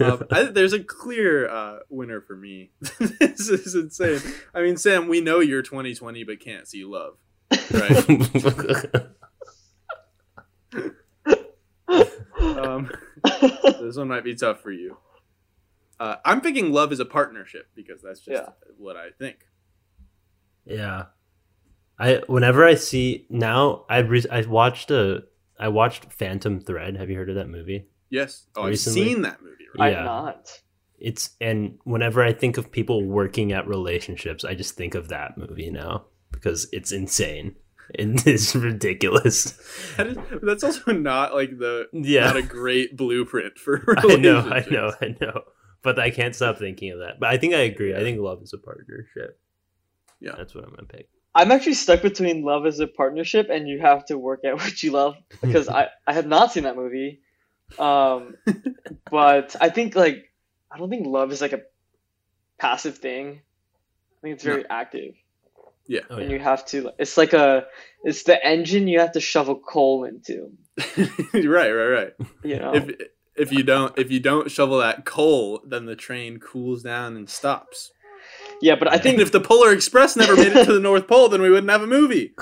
S3: Um, I, there's a clear uh, winner for me. this is insane. I mean, Sam, we know you're 2020 but can't see love. Right? um, this one might be tough for you. Uh, I'm picking love as a partnership because that's just
S5: Yeah.
S3: what I think.
S4: Yeah. I whenever I see now I re- I watched a I watched Phantom Thread. Have you heard of that movie?
S3: Yes. Oh,
S4: Recently-
S3: I've seen that movie. Right?
S5: I'm
S4: yeah.
S5: not.
S4: It's and whenever I think of people working at relationships, I just think of that movie now because it's insane. It is ridiculous.
S3: That is, that's also not like the
S4: Yeah.
S3: not a great blueprint for
S4: I know, I
S3: relationships.
S4: know, I know. But I can't stop thinking of that. But I think I agree. I think love is a partnership.
S3: Yeah.
S4: That's what I'm gonna pick.
S5: I'm actually stuck between love as a partnership and you have to work at what you love because I I have not seen that movie, um, but I think like I don't think love is like a passive thing. I think it's very active,
S4: Oh
S5: and
S4: yeah.
S5: you have to. like, It's like a it's the engine you have to shovel coal into.
S3: right, right, right.
S5: You know,
S3: If if you don't if you don't shovel that coal, then the train cools down and stops.
S5: yeah, but I
S4: Yeah.
S3: And
S5: think
S3: if the Polar Express never made it to the North Pole, then we wouldn't have a movie.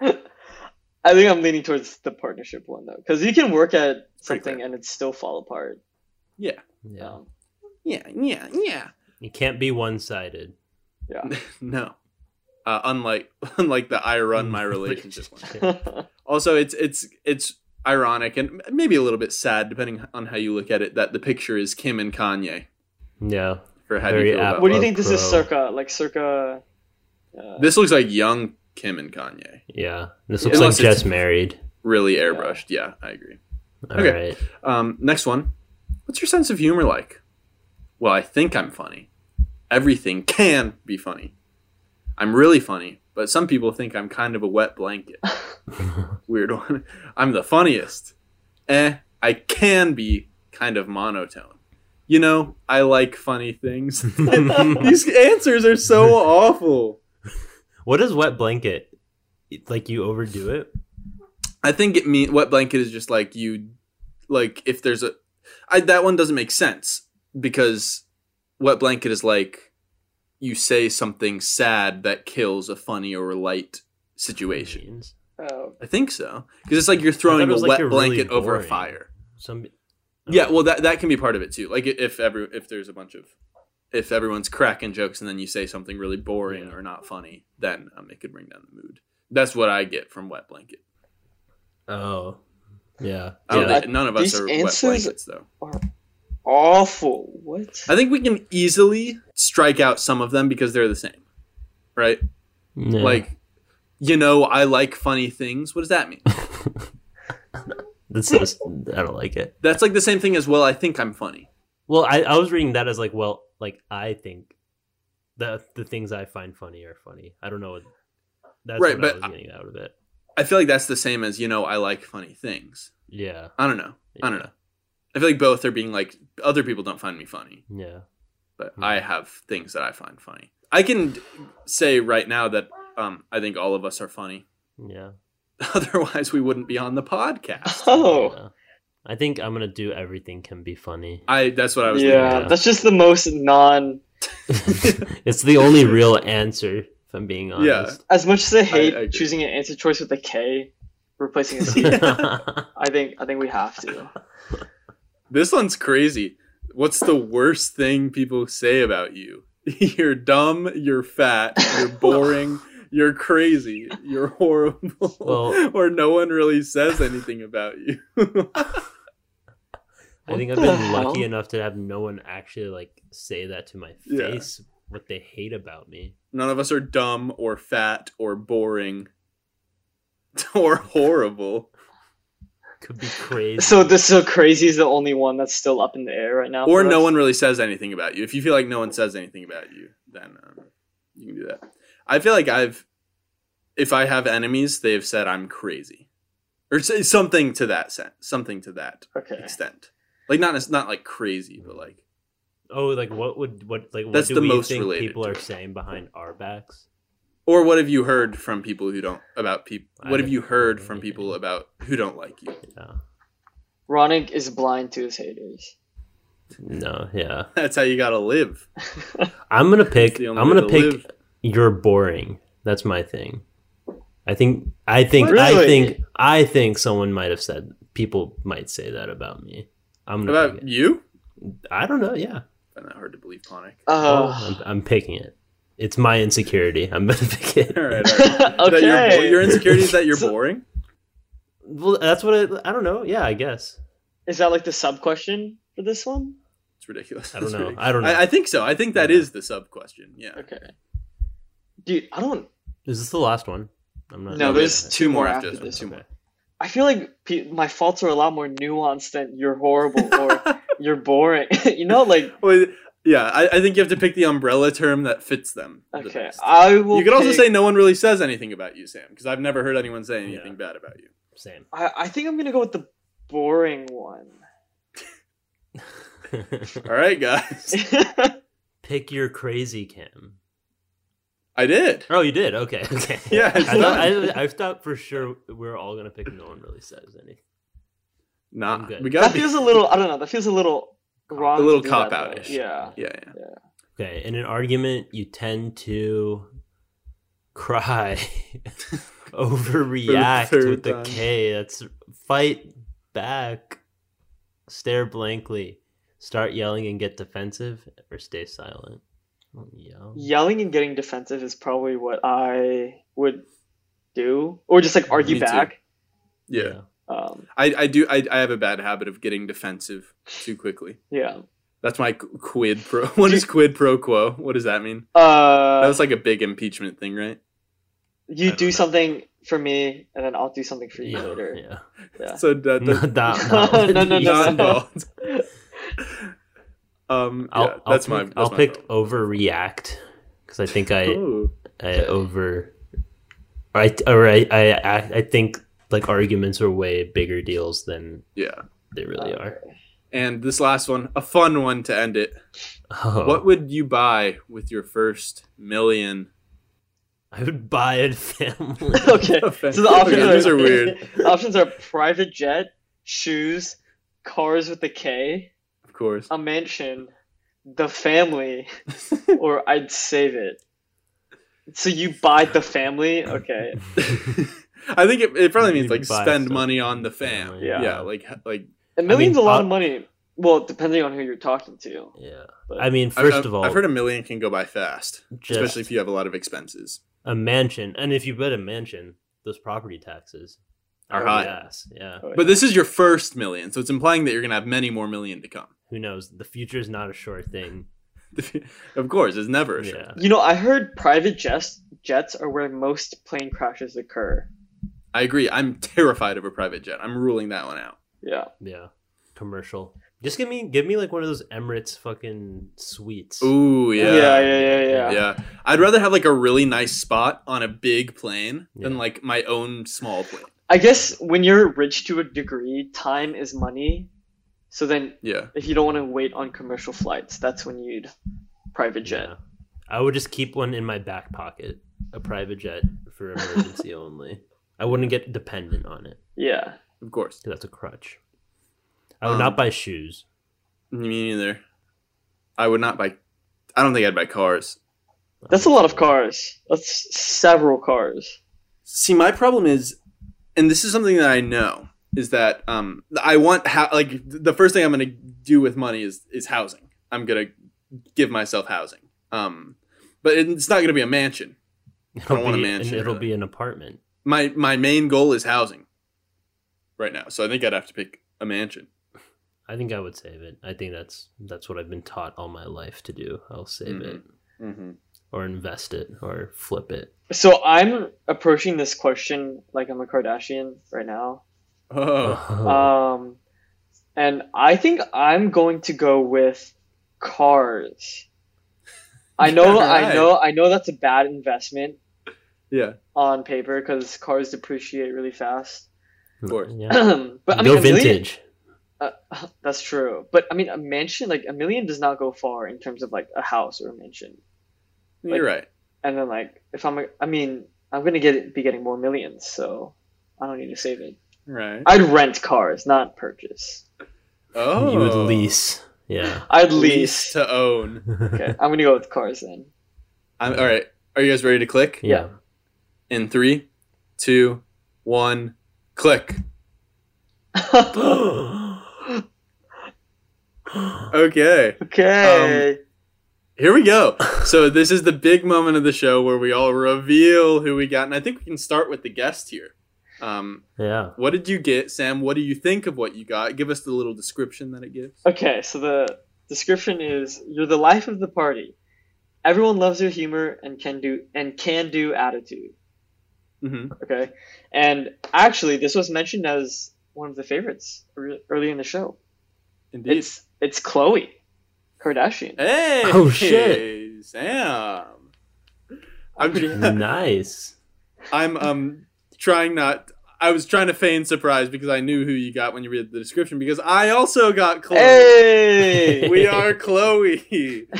S5: I think I'm leaning towards the partnership one though, because you can work at
S3: Pretty
S5: something
S3: clear.
S5: and it still fall apart.
S3: Yeah.
S4: Yeah.
S5: Um,
S3: Yeah, yeah, yeah.
S4: It can't be one sided.
S3: No. Uh, unlike unlike the I run my relationship one. Also, it's it's it's ironic and maybe a little bit sad depending on how you look at it that the picture is Kim and Kanye
S4: Yeah.
S3: for how
S4: Very
S3: you feel
S4: apt.
S3: about
S5: what do you
S4: Love
S5: think this is
S4: Pro.
S5: circa like circa? Uh,
S3: This looks like young Kim and Kanye.
S4: Yeah. This
S3: Yeah.
S4: looks like
S3: Unless it's-
S4: just married.
S3: Really airbrushed. Yeah, I agree.
S4: All right.
S3: Okay. Um, next one. What's your sense of humor like? Well, I think I'm funny. Everything can be funny. I'm really funny, but some people think I'm kind of a wet blanket. Weird one. I'm the funniest. Eh, I can be kind of monotone. You know, I like funny things. These answers are so awful.
S4: What is wet blanket? It- Like you overdo it?
S3: I think it mean wet blanket is just like you like if there's a I, that one doesn't make sense because wet blanket is like you say something sad that kills a funny or light situation.
S4: Means.
S5: Oh,
S3: I think so because it's like you're throwing
S4: it
S3: a
S4: was like
S3: wet
S4: you're really
S3: blanket over a
S4: boring. Oh.
S3: fire.
S4: Some.
S3: Yeah, well that that can be part of it too. Like i- if every if there's a bunch of if everyone's cracking jokes and then you say something really boring
S4: Yeah.
S3: or not funny, then um, it could bring down the mood. That's what I get from wet blanket.
S4: Oh. Yeah.
S3: I don't
S4: Yeah.
S3: think, none of us
S5: These
S3: are
S5: answers-
S3: wet blankets though.
S5: awful. What?
S3: I think we can easily strike out some of them because they're the same, right?
S4: Yeah.
S3: Like, you know, I like funny things. What does that mean?
S4: That's just, I don't like it.
S3: That's like the same thing as well. I think I'm funny.
S4: Well, I, I was reading that as like, well, like I think the the things I find funny are funny. I don't know. What, that's
S3: Right,
S4: what
S3: but
S4: I was getting out of it.
S3: I feel like that's the same as you know, I like funny things.
S4: Yeah.
S3: I don't know. I don't know. I feel like both are being like other people don't find me funny,
S4: Yeah.
S3: but
S4: Hmm.
S3: I have things that I find funny. I can d- say right now that um, I think all of us are funny.
S4: Yeah.
S3: Otherwise, we wouldn't be on the podcast.
S5: Oh,
S4: Yeah. I think I'm gonna do everything can be funny.
S3: I. That's what I was.
S5: yeah.
S4: that.
S5: That's just the most non.
S4: it's the only real answer, if I'm being
S3: Yeah.
S4: honest.
S5: As much as I hate
S3: I agree.
S5: choosing an answer choice with a K, replacing a C, I think I think we have to.
S3: This one's crazy. What's the worst thing people say about you? You're dumb, you're fat, you're boring, you're crazy, you're horrible,
S4: Well-
S3: or no one really says anything about you.
S4: I think I've
S5: What the
S4: been lucky
S5: hell?
S4: enough to have no one actually like say that to my
S3: Yeah.
S4: face what they hate about me.
S3: None of us are dumb or fat or boring or horrible
S4: Could be crazy.
S5: So this so crazy is the only one that's still up in the air right now.
S3: or
S5: for
S3: no
S5: us.
S3: one really says anything about you. If you feel like no one says anything about you, then um, you can do that. I feel like I've, if I have enemies, they've said I'm crazy, or say something to that sense, something to that
S5: Okay.
S3: extent. Like not it's not like crazy, but like
S4: Oh, like what would what like what
S3: That's
S4: do
S3: the
S4: we
S3: most
S4: think
S3: related
S4: people
S3: to
S4: are
S3: it.
S4: saying behind our backs?
S3: or what have you heard from people who don't about people?
S4: I
S3: What have
S4: haven't
S3: you heard
S4: heard
S3: from
S4: anything.
S3: people about who don't like you?
S4: Yeah.
S5: Ronick is blind to his haters.
S4: No, yeah.
S3: That's how you gotta live.
S4: I'm gonna pick
S3: the
S4: I'm
S3: only
S4: gonna
S3: way to
S4: pick
S3: live.
S4: you're boring. That's my thing. I think I think I
S5: Really?
S4: think I think someone might have said people might say that about me. I'm gonna pick
S3: About
S4: it.
S3: you?
S4: I don't know, yeah.
S3: Find that hard to believe, Ponic.
S5: Oh,
S4: I'm, I'm picking it. It's my insecurity. I'm gonna pick it.
S3: All right, all right. That you're bo-
S5: okay.
S3: your insecurity is that you're
S5: So-
S3: boring.
S4: Well, that's what I, I don't know. Yeah, I guess.
S5: Is that like the sub question for this one?
S3: It's ridiculous.
S4: I don't
S3: It's
S4: know.
S3: ridiculous.
S4: I don't know.
S3: I, I think so. I think that
S4: Yeah.
S3: is the sub question. Yeah.
S5: Okay. Dude, I don't.
S4: Is this the last one? I'm not.
S5: No, there's
S3: yeah.
S5: two more after
S3: this.
S5: this
S3: Two more.
S4: Okay.
S5: I feel like pe- my faults are a lot more nuanced than you're horrible or you're boring. you know, like
S3: Well, yeah, I, I think you have to pick the umbrella term that fits them. the
S5: okay,
S3: best.
S5: I will.
S3: you could also
S5: pick-
S3: say no one really says anything about you, Sam, because I've never heard anyone say anything bad about you.
S4: Same.
S5: I, I think I'm gonna go with the boring one.
S3: All right, guys.
S4: Pick your crazy Kim.
S3: I did.
S4: Oh, you did. Okay. Okay.
S3: Yeah,
S4: I
S3: it's
S4: thought,
S3: done.
S4: I, I thought for sure we're all gonna pick. No one really says anything.
S3: Nah,
S4: I'm good.
S3: we
S5: that
S3: got
S5: feels a little. I don't know. That feels a little wrong.
S3: A little
S5: to do that,
S3: cop-out
S5: though.
S3: ish.
S5: Yeah.
S3: Yeah, yeah.
S4: Okay. In an argument, you tend to cry, overreact
S3: third
S4: with the
S3: time.
S4: K. That's fight back, stare blankly, start yelling and get defensive, or stay silent. Don't yell.
S5: Yelling and getting defensive is probably what I would do, or just like argue
S3: Me too.
S5: back.
S3: Yeah.
S5: Um,
S3: I, I do. I, I have a bad habit of getting defensive too quickly.
S5: yeah.
S3: That's my qu- quid pro. What is quid pro quo? What does that mean?
S5: Uh,
S3: That was like a big impeachment thing, right?
S5: you
S4: I
S5: do
S4: don't know.
S5: something for me, and then I'll do something for you
S4: Yeah.
S5: later.
S4: yeah.
S5: Yeah.
S3: So uh, that, that,
S4: Not that- not
S5: No,
S4: what
S5: no, no,
S4: you
S5: no,
S4: said.
S5: no.
S3: involved. um,
S4: I'll,
S3: yeah,
S4: I'll
S3: that's
S4: pick,
S3: my. That's
S4: I'll
S3: my
S4: pick
S3: problem.
S4: overreact because I think I
S3: Oh,
S4: I over I or I, I I- I think like arguments are way bigger deals than
S3: yeah.
S4: they really are.
S3: And this last one, a fun one to end it.
S4: Oh,
S3: What would you buy with your first million?
S4: I would buy a family.
S5: okay. So the options
S3: Okay,
S5: are
S3: these are weird.
S5: the options are private jet, shoes, cars with a K,
S3: Of course.
S5: a mansion, the family, or I'd save it. So you buy the family? Okay.
S3: I think it, it probably means
S4: You
S3: like
S4: buy
S3: spend
S4: stuff.
S3: money on the fam.
S4: Yeah.
S3: Yeah. like like
S5: A million's
S4: mean,
S5: a lot
S4: I'll-
S5: of money. Well, depending on who you're talking to.
S4: Yeah.
S5: But
S4: I mean,
S3: I-
S4: 1st
S3: I've-
S4: of all,
S3: I've heard a million can go by fast,
S4: just
S3: especially if you have a lot of expenses.
S4: a mansion, and if you bet a mansion, those property taxes
S3: Are
S4: oh,
S3: high.
S4: yes, yeah.
S5: Oh,
S3: But this is your first million, so it's implying that you're gonna have many more million to come.
S4: Who knows? The future is not a sure thing.
S3: of course, it's never a sure.
S4: Yeah.
S5: You know, I heard private jets jets are where most plane crashes occur.
S3: I agree. I'm terrified of a private jet. I'm ruling that one out.
S5: Yeah.
S4: Yeah. Commercial. Just give me give me like one of those Emirates fucking suites.
S3: Ooh,
S5: Yeah,
S3: yeah.
S5: yeah, yeah, yeah.
S3: Yeah. I'd rather have like a really nice spot on a big plane
S4: Yeah.
S3: than like my own small plane.
S5: I guess when you're rich to a degree, time is money. So then
S3: Yeah.
S5: if you don't want to wait on commercial flights, that's when you'd private jet.
S4: Yeah. I would just keep one in my back pocket, a private jet for emergency only. I wouldn't get dependent on it.
S5: Yeah.
S3: Of course.
S4: 'cause That's a crutch. I would
S3: Um,
S4: not buy shoes.
S3: Me neither. I would not buy I don't think I'd buy cars.
S5: That's a lot of cars. That's several cars.
S3: See, my problem is and this is something that I know is that um I want ha- like the first thing I'm going to do with money is is housing. I'm going to give myself housing. Um but it's not going to be a mansion.
S4: It'll
S3: want a
S4: be-
S3: mansion
S4: and
S3: or
S4: it'll
S3: that.
S4: be an apartment.
S3: my my main goal is housing right now so i think i'd have to pick a mansion
S4: I think I would save it. I think that's that's what I've been taught all my life to do. I'll save it
S3: Mm-hmm.
S4: or invest it or flip it.
S5: So I'm approaching this question like I'm a Kardashian right now.
S3: oh
S5: Um, and I think I'm going to go with cars. I know, I
S3: Alright.
S5: know, I know that's a bad investment
S3: yeah
S5: on paper because cars depreciate really fast.
S4: of
S3: course.
S5: but
S4: Yeah.
S5: I mean,
S4: Go
S5: a million,
S4: vintage.
S5: uh, that's true. But I mean, a mansion, like a million, does not go far in terms of like a house or a mansion.
S3: you're right
S5: And then like, if I'm, a, I mean, I'm gonna get be getting more millions, so I don't need to save it.
S3: right
S5: I'd rent cars, not purchase.
S3: oh
S4: You would lease. Yeah.
S5: I'd
S3: lease
S5: lease.
S3: to own
S5: Okay, I'm gonna go with cars then.
S3: I'm, all right are you guys ready to click
S4: yeah.
S3: in three two one click okay
S5: Okay.
S3: here we go so this is the big moment of the show where we all reveal who we got and i think we can start with the guest here um,
S4: Yeah.
S3: what did you get sam what do you think of what you got give us the little description that it gives
S5: okay, so the description is you're the life of the party. Everyone loves your humor and can do and can do attitude.
S3: mm-hmm.
S5: Okay. And actually this was mentioned as one of the favorites ear- early in the show.
S3: Indeed.
S5: It's it's Chloe Kardashian.
S3: hey,
S4: Oh, shit.
S3: Sam. I'm just,
S4: nice.
S3: I'm um trying not. I was trying to feign surprise because I knew who you got when you read the description because I also got Chloe.
S5: Hey.
S3: We are Chloe.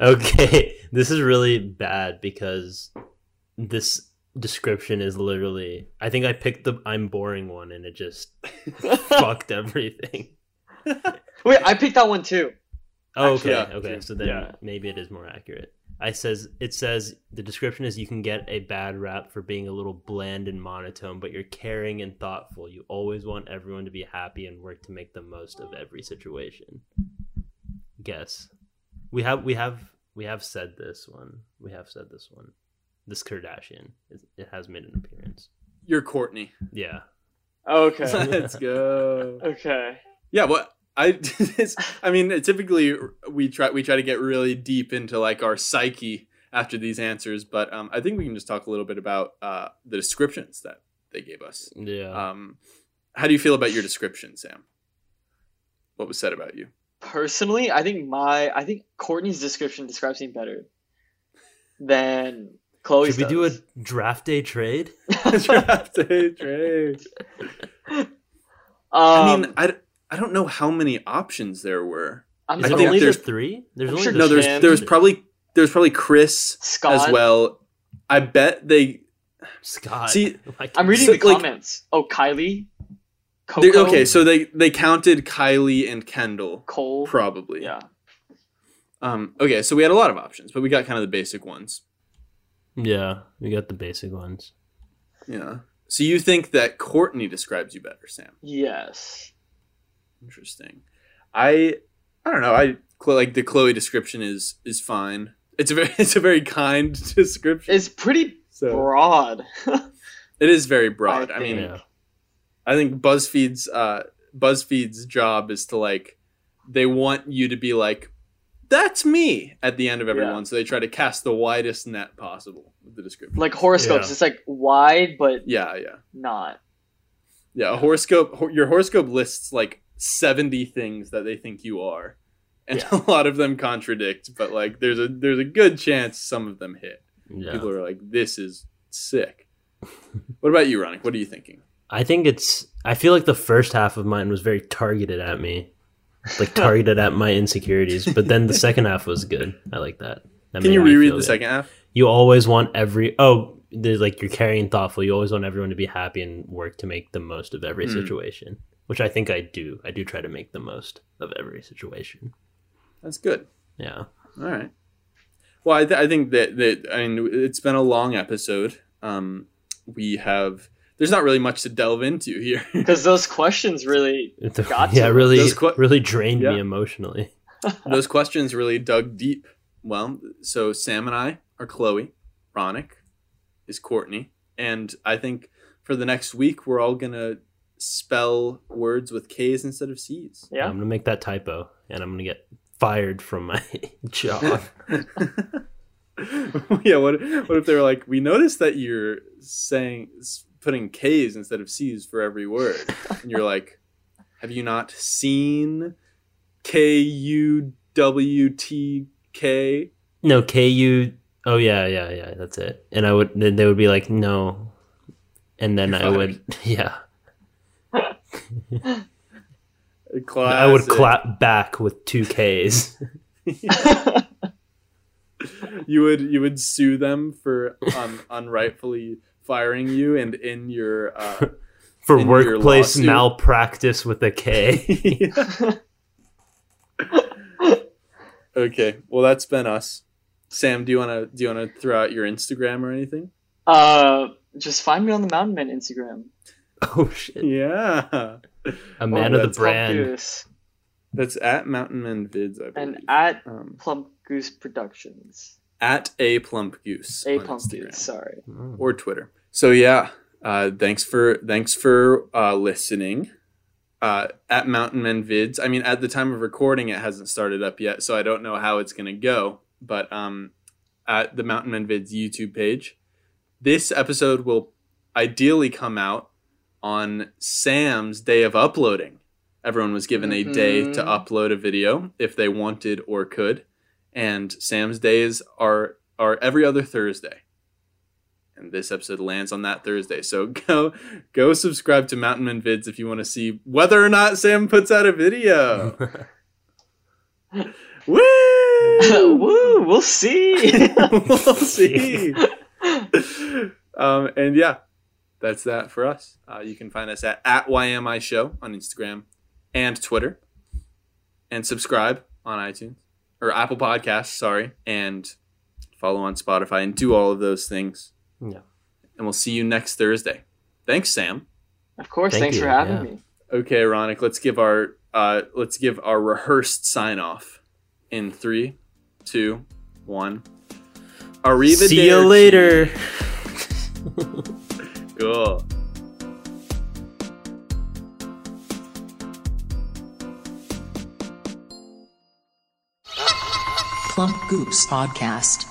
S4: Okay. This is really bad because this description is literally I think I picked the I'm boring one and it just fucked everything.
S5: Wait, I picked that one too.
S4: Oh,
S3: Actually,
S4: okay,
S3: yeah,
S4: okay.
S3: true.
S4: So then
S5: Yeah.
S4: maybe it is more accurate. I says it says the description is you can get a bad rap for being a little bland and monotone, but you're caring and thoughtful. You always want everyone to be happy and work to make the most of every situation. Guess we have we have we have said this one. We have said this one. This Kardashian, it, it has made an appearance.
S3: You're Courtney.
S4: Yeah,
S5: Okay.
S3: Let's go.
S5: Okay.
S3: Yeah. What I. It's, I mean, typically we try we try to get really deep into like our psyche after these answers, but um, I think we can just talk a little bit about uh, the descriptions that they gave us.
S4: yeah.
S3: Um, how do you feel about your description, Sam? What was said about you?
S5: personally, I think my I think Courtney's description describes me better than Chloe's.
S4: Should we do a draft day trade?
S5: does.
S3: I
S5: um,
S3: mean, I, I don't know how many options there were.
S5: I'm
S4: Is it
S3: think
S4: only the
S3: there's-
S4: three? There's
S5: I'm
S4: only
S5: sure
S4: the
S3: No, there's
S5: Sam.
S3: there's probably there's probably Chris
S5: Scott.
S3: as well. I bet they
S4: Scott.
S3: See,
S4: Like-
S5: I'm reading
S3: So,
S5: the
S3: like-
S5: comments. Oh, Kylie.
S3: They-
S5: Coco,
S3: okay, so they they counted Kylie and Kendall
S5: Cole.
S3: probably.
S5: yeah.
S3: Um, okay, so we had a lot of options, but we got kind of the basic ones.
S4: Yeah, we got the basic ones.
S3: Yeah. So you think that Courtney describes you better, Sam?
S5: Yes.
S3: Interesting. I I don't know. I Chlo- like the Chloe description is is fine. It's a very it's a very kind description.
S5: It's pretty
S3: so
S5: broad.
S3: it is very broad.
S5: I
S3: I, mean,
S5: think-
S4: Yeah.
S3: I think BuzzFeed's uh, BuzzFeed's job is to like they want you to be like that's me at the end of everyone, so they try to cast the widest net possible with the description.
S5: like horoscopes,
S4: Yeah.
S5: it's like wide but
S3: yeah, yeah,
S5: not.
S3: yeah. A horoscope. Hor- your horoscope lists like seventy things that they think you are, and a lot of them contradict. But like, there's a there's a good chance some of them hit.
S4: Yeah.
S3: People are like, this is sick. what about you, Ronick? What are you thinking?
S4: I think it's I feel like the first half of mine was very targeted at me. Like targeted at my insecurities, but then the second half was good. I like that. That
S3: Can
S4: made
S3: you
S4: me
S3: reread
S4: feel
S3: the
S4: good.
S3: second half?
S4: You always want every oh, there's like you're caring and thoughtful. You always want everyone to be happy and work to make the most of every
S3: Hmm.
S4: situation, which I think I do. I do try to make the most of every situation.
S3: That's good.
S4: Yeah.
S3: All right. Well, I, th- I think that that I mean it's been a long episode. Um, we have there's not really much to delve into here.
S5: Because those questions really Got
S4: yeah,
S5: to.
S4: really
S3: Those que-
S4: really drained
S3: Yeah.
S4: me emotionally.
S3: Those questions really dug deep. Well, so Sam and I are Chloe, Ronick is Courtney, and I think for the next week we're all gonna spell words with K's instead of C's.
S5: yeah.
S4: I'm gonna make that typo and I'm gonna get fired from my job.
S3: yeah, what what if they were like, we noticed that you're saying s- putting K's instead of C's for every word, and you're like, have you not seen K U W T K?
S4: No, KU. Oh yeah, yeah, yeah. That's it. And I would. Then they would be like, no. And then
S3: You're
S4: I would. Yeah, I would clap back with two Ks.
S3: You would you would sue them for um, unrightfully firing you, and in your uh,
S4: For
S3: In your
S4: workplace
S3: lawsuit.
S4: malpractice with a K.
S3: okay, well that's been us. Sam, do you wanna do you wanna throw out your Instagram or anything?
S5: uh just find me on the Mountain Man Instagram.
S4: oh shit!
S3: Yeah.
S4: A man
S3: Oh,
S4: of
S3: that's
S4: the brand.
S5: Goose
S3: That's at Mountain Men Vids, I believe.
S5: and at
S3: um,
S5: Plump Goose Productions.
S3: at a plump goose.
S5: A
S3: on
S5: Plump
S3: Instagram
S5: Goose, sorry.
S4: Mm.
S3: Or Twitter. So yeah. Uh, thanks for thanks for uh, listening. Uh, at Mountain Men Vids. I mean, at the time of recording, it hasn't started up yet, so I don't know how it's gonna go. But um, at the Mountain Men Vids YouTube page, this episode will ideally come out on Sam's day of uploading. Everyone was given a day to
S5: Mhm.
S3: upload a video if they wanted or could, and Sam's days are are every other Thursday. And this episode lands on that Thursday. So go go subscribe to Mountain Men Vids if you want to see whether or not Sam puts out a video. Woo!
S5: Woo, we'll see.
S3: we'll see. um, and yeah, that's that for us. Uh, you can find us at, at YMI Show on Instagram and Twitter. And subscribe on iTunes or Apple Podcasts, sorry. And follow on Spotify and do all of those things.
S4: Yeah.
S3: And we'll see you next Thursday. Thanks, Sam.
S5: of course,
S4: Thank
S5: thanks
S4: you,
S5: for having
S4: yeah.
S5: me.
S3: Okay, Ronick, let's give our uh, let's give our rehearsed sign off in three, two, one. Arrivederci.
S4: See you later.
S3: Cool.
S1: Plump Goops Podcast.